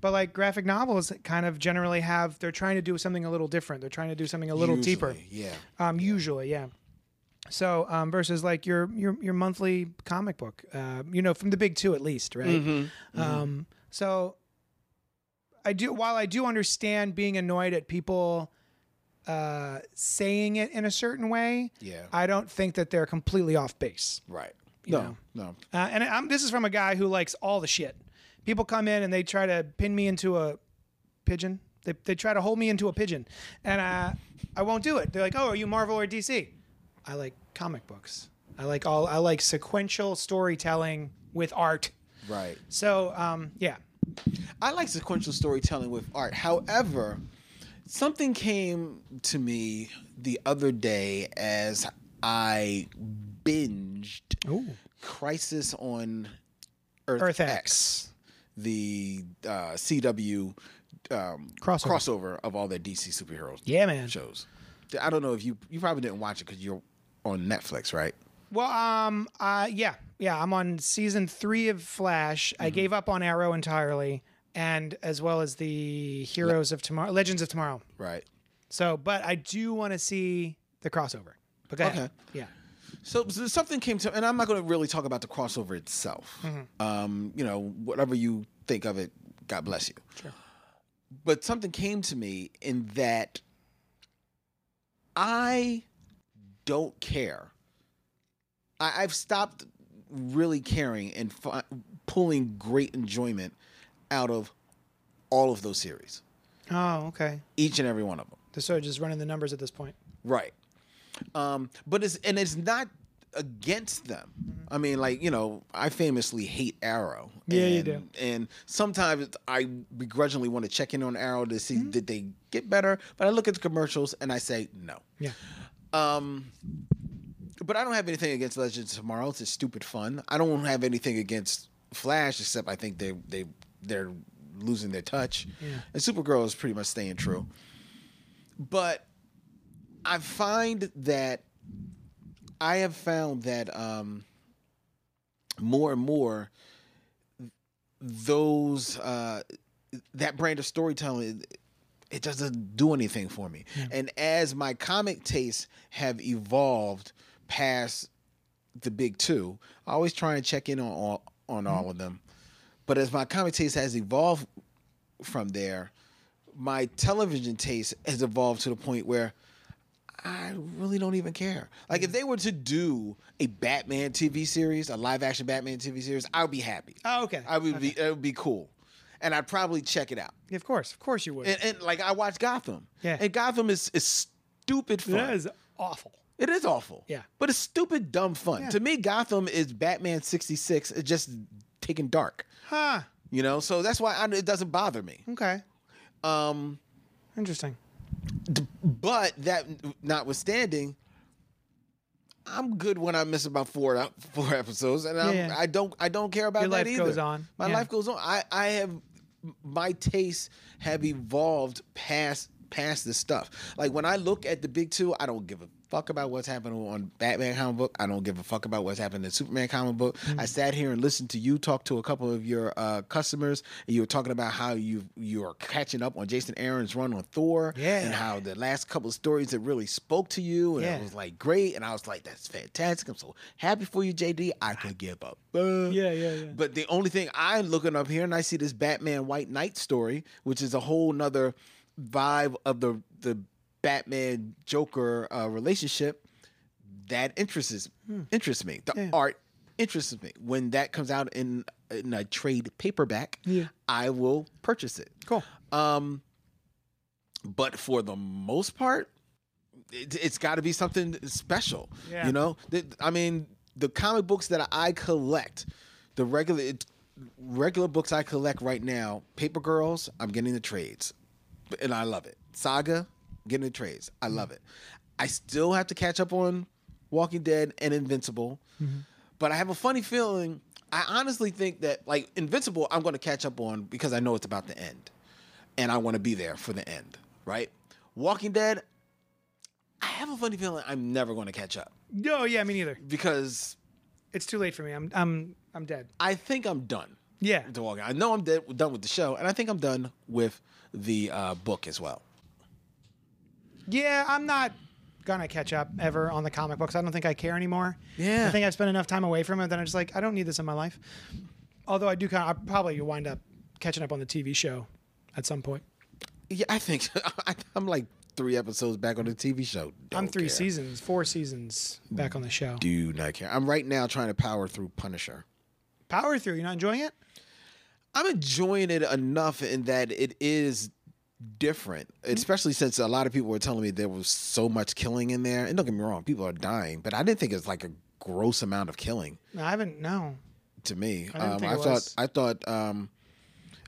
But like graphic novels kind of generally have, they're trying to do something a little different. They're trying to do something a little
Usually,
deeper.
Yeah.
Um, usually, yeah. So um, versus like your your your monthly comic book, uh, you know, from the big two at least, right? Um, so I do. While I do understand being annoyed at people uh, saying it in a certain way,
Yeah.
I don't think that they're completely off base.
right. No.
know.
No.
Uh, and I'm, this is from a guy who likes all the shit. People come in and they try to pin me into a pigeon. They, they try to hold me into a pigeon, and I I won't do it. They're like, "Oh, are you Marvel or DC?" I like comic books. I like all I like sequential storytelling with art.
Right.
So um, yeah,
I like sequential storytelling with art. However, something came to me the other day as I binged Crisis on Earth,
Earth X.
the uh, CW um,
Crossover.
crossover of all their DC superheroes
yeah, man.
shows. I don't know if you you probably didn't watch it because you're on Netflix, right?
Well, um, uh, yeah, yeah. I'm on season three of Flash. I gave up on Arrow entirely, and as well as the Heroes of Tomorrow, Legends of Tomorrow.
Right.
So, but I do want to see the crossover. But go ahead.
Okay.
Yeah.
So, so something came to, and I'm not going to really talk about the crossover itself. Um, you know, whatever you think of it, God bless you.
Sure.
But something came to me in that I don't care. I, I've stopped really caring and fi- pulling great enjoyment out of all of those series,
Oh, okay.
each and every one of them.
So just running the numbers at this point.
Right. Um, but it's and it's not against them. I mean, like you know, I famously hate Arrow.
Yeah, you
and,
do.
And sometimes I begrudgingly want to check in on Arrow to see
Mm-hmm.
did they get better. But I look at the commercials and I say no.
Yeah.
Um, but I don't have anything against Legends of Tomorrow. It's just stupid fun. I don't have anything against Flash, except I think they they they're losing their touch. And Supergirl is pretty much staying true. But I find that I have found that um, more and more those uh, that brand of storytelling it doesn't do anything for me. And as my comic tastes have evolved past the big two, I always try and check in on all, on all of them. But as my comic taste has evolved from there, my television taste has evolved to the point where I really don't even care. Like if they were to do a Batman TV series, a live action Batman TV series, I would be happy.
Oh, okay.
I would be it would be cool. And I'd probably check it out
Of course. Of course you would.
and, and like I watch Gotham.
Yeah.
And Gotham is is stupid fun.
that is awful.
It is awful.
Yeah.
But it's stupid dumb fun. To me, Gotham is Batman sixty six. It's just taken dark.
Huh.
You know, so that's why I, it doesn't bother me.
Okay.
Um,
Interesting.
but that notwithstanding, I'm good when I miss about four out- four episodes, and I'm,
Yeah.
I don't I don't care about
Your
that
life
either.
goes on.
My
Yeah.
life goes on. I I have my tastes have evolved past past this stuff. Like when I look at the big two, I don't give a fuck about what's happening on Batman comic book. I don't give a fuck about what's happening in Superman comic book.
Mm.
I sat here and listened to you talk to a couple of your uh, customers, and you were talking about how you you are catching up on Jason Aaron's run on Thor,
Yeah.
and how the last couple of stories that really spoke to you, and
Yeah.
it was like great, and I was like, that's fantastic. I'm so happy for you, JD. I could give up. Yeah,
yeah, yeah.
but the only thing I'm looking up here, and I see this Batman White Knight story, which is a whole nother vibe of the the Batman Joker uh, relationship that interests interests me. The
Hmm. Yeah.
art interests me. When that comes out in in a trade paperback,
Yeah.
I will purchase it.
Cool.
Um, but for the most part, it, it's got to be something special.
Yeah.
You know, Th- I mean, the comic books that I collect, the regular it, regular books I collect right now, Paper Girls, I'm getting the trades, and I love it. Saga, getting the trades, I love it. I still have to catch up on Walking Dead and Invincible, but I have a funny feeling. I honestly think that like Invincible, I'm going to catch up on because I know it's about to end and I want to be there for the end, right? Walking Dead, I have a funny feeling I'm never going to catch up
No, yeah, me neither.
because
It's too late for me. I'm I'm I'm dead.
I think I'm done
Yeah.
with the Walking. I know I'm dead, done with the show, and I think I'm done with the uh, book as well.
Yeah, I'm not gonna catch up ever on the comic books. I don't think I care anymore.
Yeah.
I think I've spent enough time away from it that I'm just like, I don't need this in my life. Although I do kind of, I probably wind up catching up on the TV show at some point.
Yeah, I think I, I'm like three episodes back on the TV show.
I'm
Don't
three
care.
seasons, four seasons back on the show.
Do not care. I'm right now trying to power through Punisher.
Power through. You're not enjoying it?
I'm enjoying it enough in that it is different,
Mm-hmm.
especially since a lot of people were telling me there was so much killing in there. And don't get me wrong, people are dying, but I didn't think it was like a gross amount of killing
No, I haven't. No.
to me.
I didn't
um,
think
I
it
thought
was.
I thought um,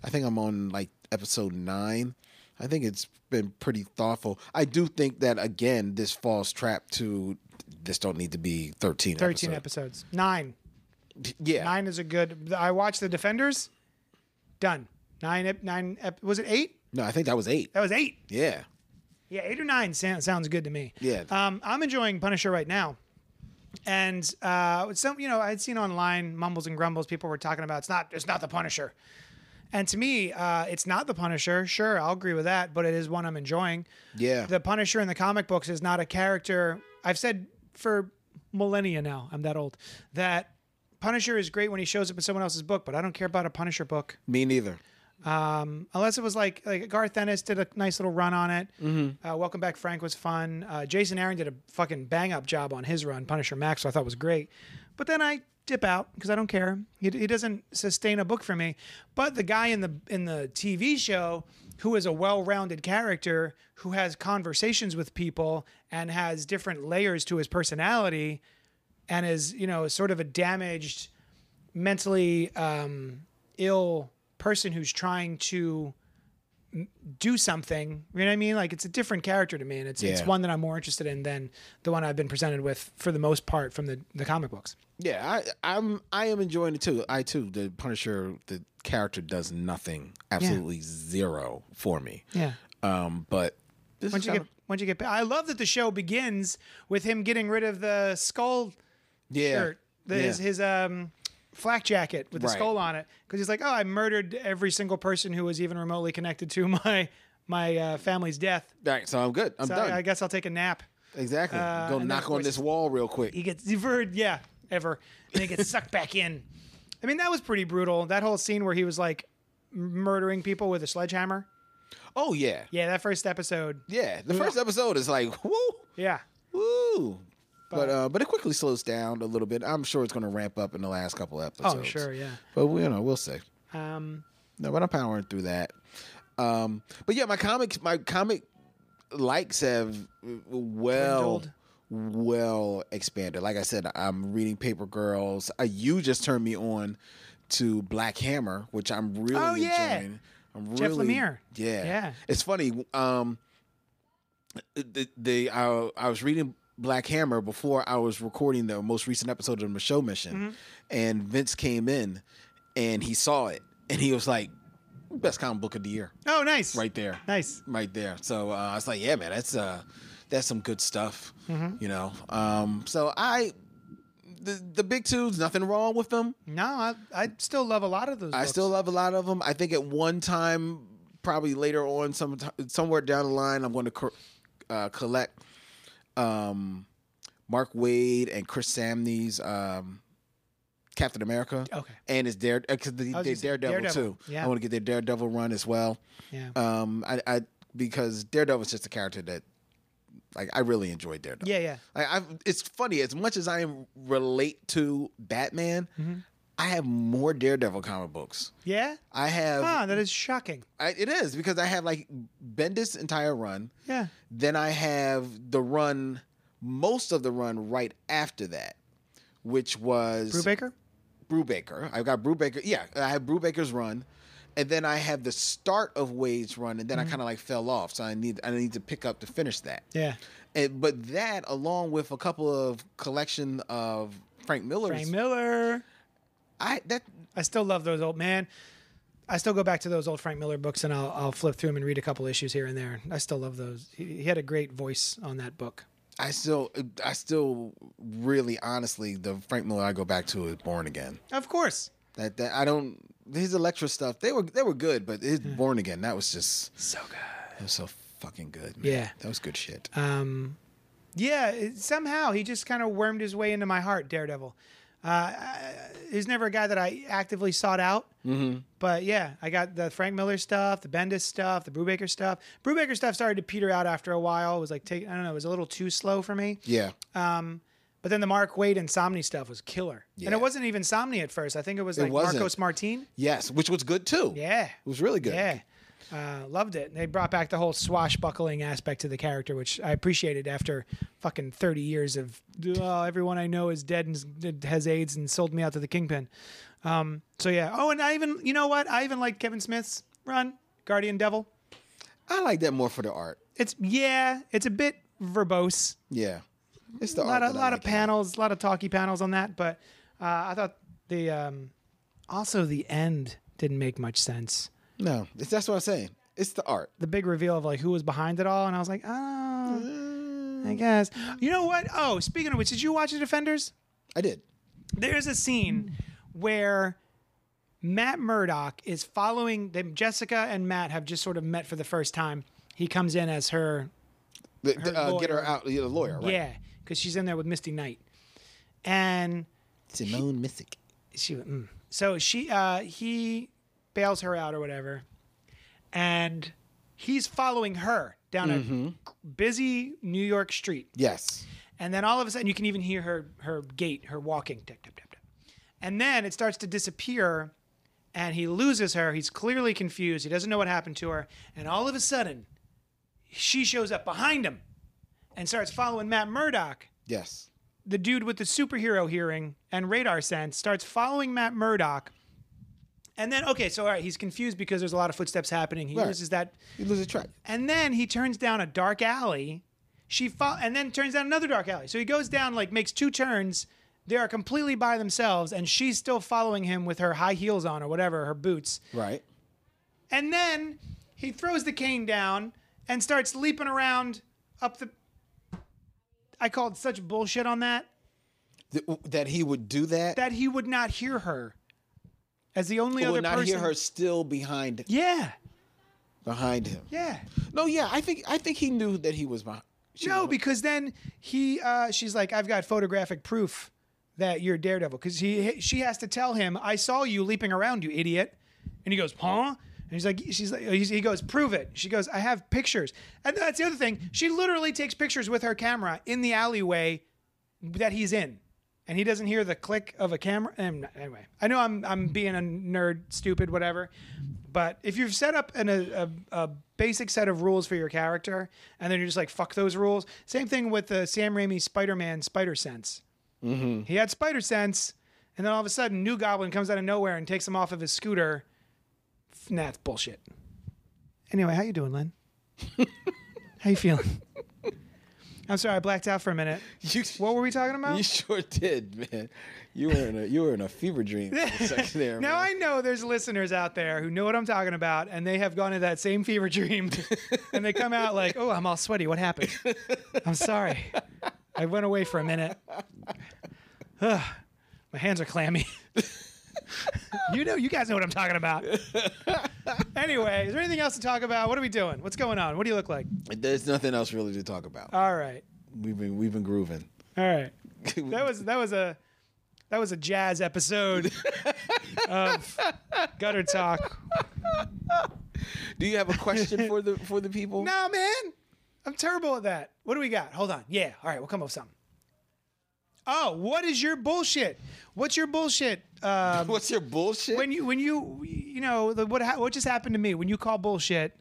I think I'm on like episode nine. I think it's been pretty thoughtful. I do think that again, this falls trap to this don't need to be 13.
13
episode.
episodes. Nine.
Yeah,
Nine is a good. I watched The Defenders. Done. Nine. ep- Nine. ep- Was it eight?
no, I think that was eight.
That was eight.
Yeah,
Yeah, eight or nine sound, sounds good to me.
Yeah.
Um, I'm enjoying Punisher right now. And uh, some, you know, I'd seen online mumbles and grumbles. People were talking about it's not, it's not the Punisher. And to me, uh, it's not the Punisher. Sure, I'll agree with that, but it is one I'm enjoying.
yeah.
The Punisher in the comic books is not a character. I've said for millennia now, I'm that old, that Punisher is great when he shows up in someone else's book, but I don't care about a Punisher book
me neither.
unless it was like like Garth Ennis did a nice little run on it. Uh, Welcome Back Frank was fun. Uh, Jason Aaron did a fucking bang up job on his run. Punisher Max, so I thought was great. But then I dip out because I don't care. He, he doesn't sustain a book for me. But the guy in the in the TV show who is a well-rounded character who has conversations with people and has different layers to his personality and is you know sort of a damaged mentally um, ill person who's trying to m- do something. You know what I mean? Like it's a different character to me, and it's it's
Yeah.
one that I'm more interested in than the one I've been presented with for the most part from the, the comic books.
Yeah, I, I'm I am enjoying it too. I too, the Punisher, the character does nothing, absolutely zero for me.
Yeah.
Um, but this
Once
is
you get
kinda-
once you get, pa- I love that the show begins with him getting rid of the skull
yeah,
shirt, the, his
yeah.
his um flak jacket with the
Right.
skull on it, because he's like, oh, I murdered every single person who was even remotely connected to my my uh, family's death.
All right, so I'm good. I'm
So
done.
I, I guess I'll take a nap.
exactly.
uh,
Go
and then,
knock on
of course-
this wall real quick.
he gets deferred, yeah, ever. And he gets sucked back in. I mean, that was pretty brutal. That whole scene where he was like murdering people with a sledgehammer.
Oh yeah,
Yeah, that first episode.
yeah. The first episode is like woo,
Yeah.
woo. But uh, but it quickly slows down a little bit. I'm sure it's going to ramp up in the last couple episodes.
Oh, I'm sure, yeah.
But you know, we'll see.
Um,
No, but I'm powering through that. Um, but yeah, my comics, my comic likes have well,
Dwindled.
well expanded. Like I said, I'm reading Paper Girls. Uh, you just turned me on to Black Hammer, which I'm really
Oh, yeah.
enjoying. I'm
Jeff
really,
Lemire.
Yeah,
Yeah.
It's funny. Um, the, the I, I was reading Black Hammer before I was recording the most recent episode of the show mission, and Vince came in and he saw it and he was like, best comic book of the year,
Oh, nice.
right there,
Nice.
right there. So uh, I was like, yeah, man, that's uh, that's some good stuff, you know. Um, so I, the the big two's nothing wrong with them.
No, I, I still love a lot of those.
I
books.
still love a lot of them. I think at one time, probably later on, some somewhere down the line, I'm going to co- uh, collect um, Mark Wade and Chris Samney's um, Captain America.
Okay.
And his Dare, uh, because they
gonna
did
say
Daredevil,
Daredevil.
too.
Yeah.
I want to get their Daredevil run as well.
Yeah.
Um, I, I because Daredevil's just a character that, like, I really enjoyed Daredevil.
yeah, yeah.
I, I've, it's funny as much as I relate to Batman,
Mm-hmm.
I have more Daredevil comic books.
Yeah?
I have.
Ah, that is shocking.
I, it is because I have like Bendis' entire run.
Yeah.
Then I have the run, most of the run right after that, which was
Brubaker?
Brubaker. I've got Brubaker. Yeah, I have Brubaker's run, and then I have the start of Wade's run, and then
Mm-hmm.
I kind of like fell off. So I need I need to pick up to finish that.
Yeah.
And, but that, along with a couple of collection of Frank Miller's,
Frank Miller.
I that
I still love those old man. I still go back to those old Frank Miller books and I'll, I'll flip through them and read a couple issues here and there. I still love those. He, he had a great voice on that book.
I still I still really honestly the Frank Miller I go back to is Born Again.
Of course.
That that I don't his Electra stuff they were they were good, but his
Hmm.
Born Again that was just
So good.
that was so fucking good. Man.
Yeah.
that was good shit.
Um, yeah, it- somehow he just kind of wormed his way into my heart, Daredevil. Uh, I- he's never a guy that I actively sought out. But yeah, I got the Frank Miller stuff, the Bendis stuff, the Brubaker stuff. Brubaker stuff started to peter out after a while. It was like, take, I don't know, it was a little too slow for me.
yeah,
But then the Mark Wade Insomni stuff was killer. And
Yeah.
it wasn't even Somni at first. I think it was like
wasn't.
Marcos Martin.
yes, which was good too.
Yeah.
it was really good.
Yeah. Uh, loved it. They brought back the whole swashbuckling aspect to the character, which I appreciated after fucking 30 years of oh, everyone I know is dead and has AIDS and sold me out to the kingpin. Um, so, yeah. Oh, and I even, you know what? I even liked Kevin Smith's run, Guardian Devil.
I like that more for the art.
It's, yeah, it's a bit verbose.
Yeah, it's the
a lot
art.
of
that I
lot of
like.
panels, a lot of talky panels on that. But uh, I thought the um, also the end didn't make much sense.
No, it's, that's what I'm saying. It's the art.
The big reveal of like who was behind it all, and I was like, oh, I guess. You know what? Oh, speaking of which, did you watch the Defenders?
I did.
There's a scene where Matt Murdock is following them. Jessica and Matt have just sort of met for the first time. He comes in as her
The, the, uh, get her
lawyer.
out. The lawyer, right?
yeah, because she's in there with Misty Knight, and
Simone Missick.
she mm. so she uh he bails her out or whatever and he's following her down a busy new york street
Yes.
and then all of a sudden you can even hear her her gait her walking tap tap tap tap and then it starts to disappear and he loses her he's clearly confused he doesn't know what happened to her and all of a sudden she shows up behind him and starts following matt murdock
Yes.
the dude with the superhero hearing and radar sense starts following Matt Murdock. And then, okay, so all right, he's confused because there's a lot of footsteps happening. He
Right.
loses that.
You lose a track.
And then he turns down a dark alley. She fo- and then turns down another dark alley. So he goes down, like, makes two turns. They are completely by themselves, and she's still following him with her high heels on or whatever, her boots.
Right.
And then he throws the cane down and starts leaping around up the. I called such bullshit on that.
Th- that he would do that.
that he would not hear her as the only
He
other
would not
person.
hear her still behind
Yeah,
behind him.
yeah.
No, yeah, I think I think he knew that he was behind. She
no,
was-
because then he, uh, she's like, I've got photographic proof that you're Daredevil, because he, she has to tell him, I saw you leaping around, you idiot, and he goes, huh? And he's like, she's like, he's- he goes, prove it. She goes, I have pictures, and that's the other thing. She literally takes pictures with her camera in the alleyway that he's in. And he doesn't hear the click of a camera. Um, anyway, I know I'm I'm being a nerd, stupid, whatever. But if you've set up an, a, a a basic set of rules for your character, and then you're just like fuck those rules. Same thing with the Sam Raimi Spider-Man Spider Sense. He had Spider Sense, and then all of a sudden, New Goblin comes out of nowhere and takes him off of his scooter. Nah, it's bullshit. Anyway, how you doing, Len? how you feeling? I'm sorry, I blacked out for a minute.
You,
What were we talking about?
you sure did, man. You were in a you were in a fever dream for a second there.
Now
man.
I know there's listeners out there who know what I'm talking about, and they have gone into that same fever dream, and they come out like, "Oh, I'm all sweaty. What happened? I'm sorry. I went away for a minute. Ugh, my hands are clammy. you know, you guys know what I'm talking about. anyway, is there anything else to talk about? What are we doing? What's going on? What do you look like?
There's nothing else really to talk about.
All right,
We've been we've been grooving.
all right. That was that was a that was a jazz episode of gutter talk.
Do you have a question for the for the people?
No, man. I'm terrible at that. What do we got? Hold on. Yeah. All right. We'll come up with something. Oh, what is your bullshit? What's your bullshit? Um,
What's your bullshit?
when you when you you know the, what ha- what just happened to me when you call bullshit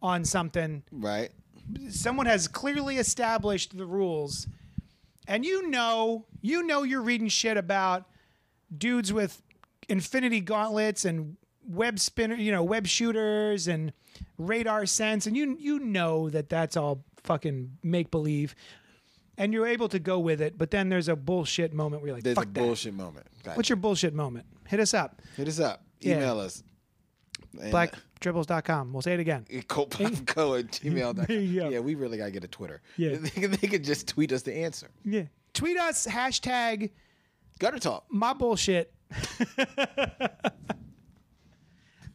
on something,
right.
someone has clearly established the rules, and you know you know you're reading shit about dudes with infinity gauntlets and web spinner, you know, web shooters and radar sense, and you you know that that's all fucking make believe, and you're able to go with it. But then there's a bullshit moment where you're like,
There's
"Fuck
a
that."
bullshit moment. Gotcha.
What's your bullshit moment? Hit us up,
Hit us up.
Yeah.
Email us. And,
blackdribbles.com. We'll say it again.
uh, Copopco at gmail.com.
Yeah.
Yeah. we really got to get a Twitter.
Yeah.
They, could- they could just tweet us the answer.
Yeah. Tweet us hashtag
Gutter Talk.
my bullshit.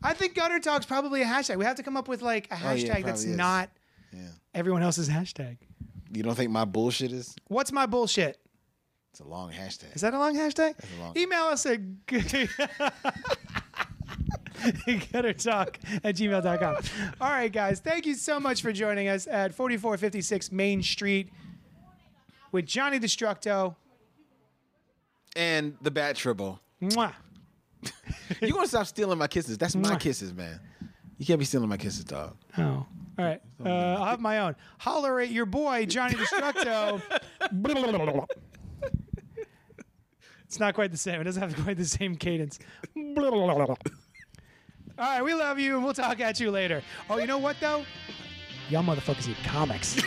I think gutter talk's probably a hashtag. We have to come up with like a
Oh, yeah, it
hashtag that's
probably is.
not
Yeah.
everyone else's hashtag.
You don't think my bullshit is?
What's my bullshit?
It's a long hashtag.
Is that a long hashtag?
a long-
Email us at guttertalk at gmail.com. All right, guys. Thank you so much for joining us at 4456 Main Street with Johnny Destructo.
and the Bat Triple.
Mwah.
You're going to stop stealing my kisses. That's my
Mwah.
kisses, man. You can't be stealing my kisses, dog.
Oh. All right. Uh, I'll have my own. Holler at your boy, Johnny Destructo. it's not quite the same. It doesn't have quite the same cadence. All right. We love you, and we'll talk at you later. Oh, you know what, though? Y'all motherfuckers eat comics.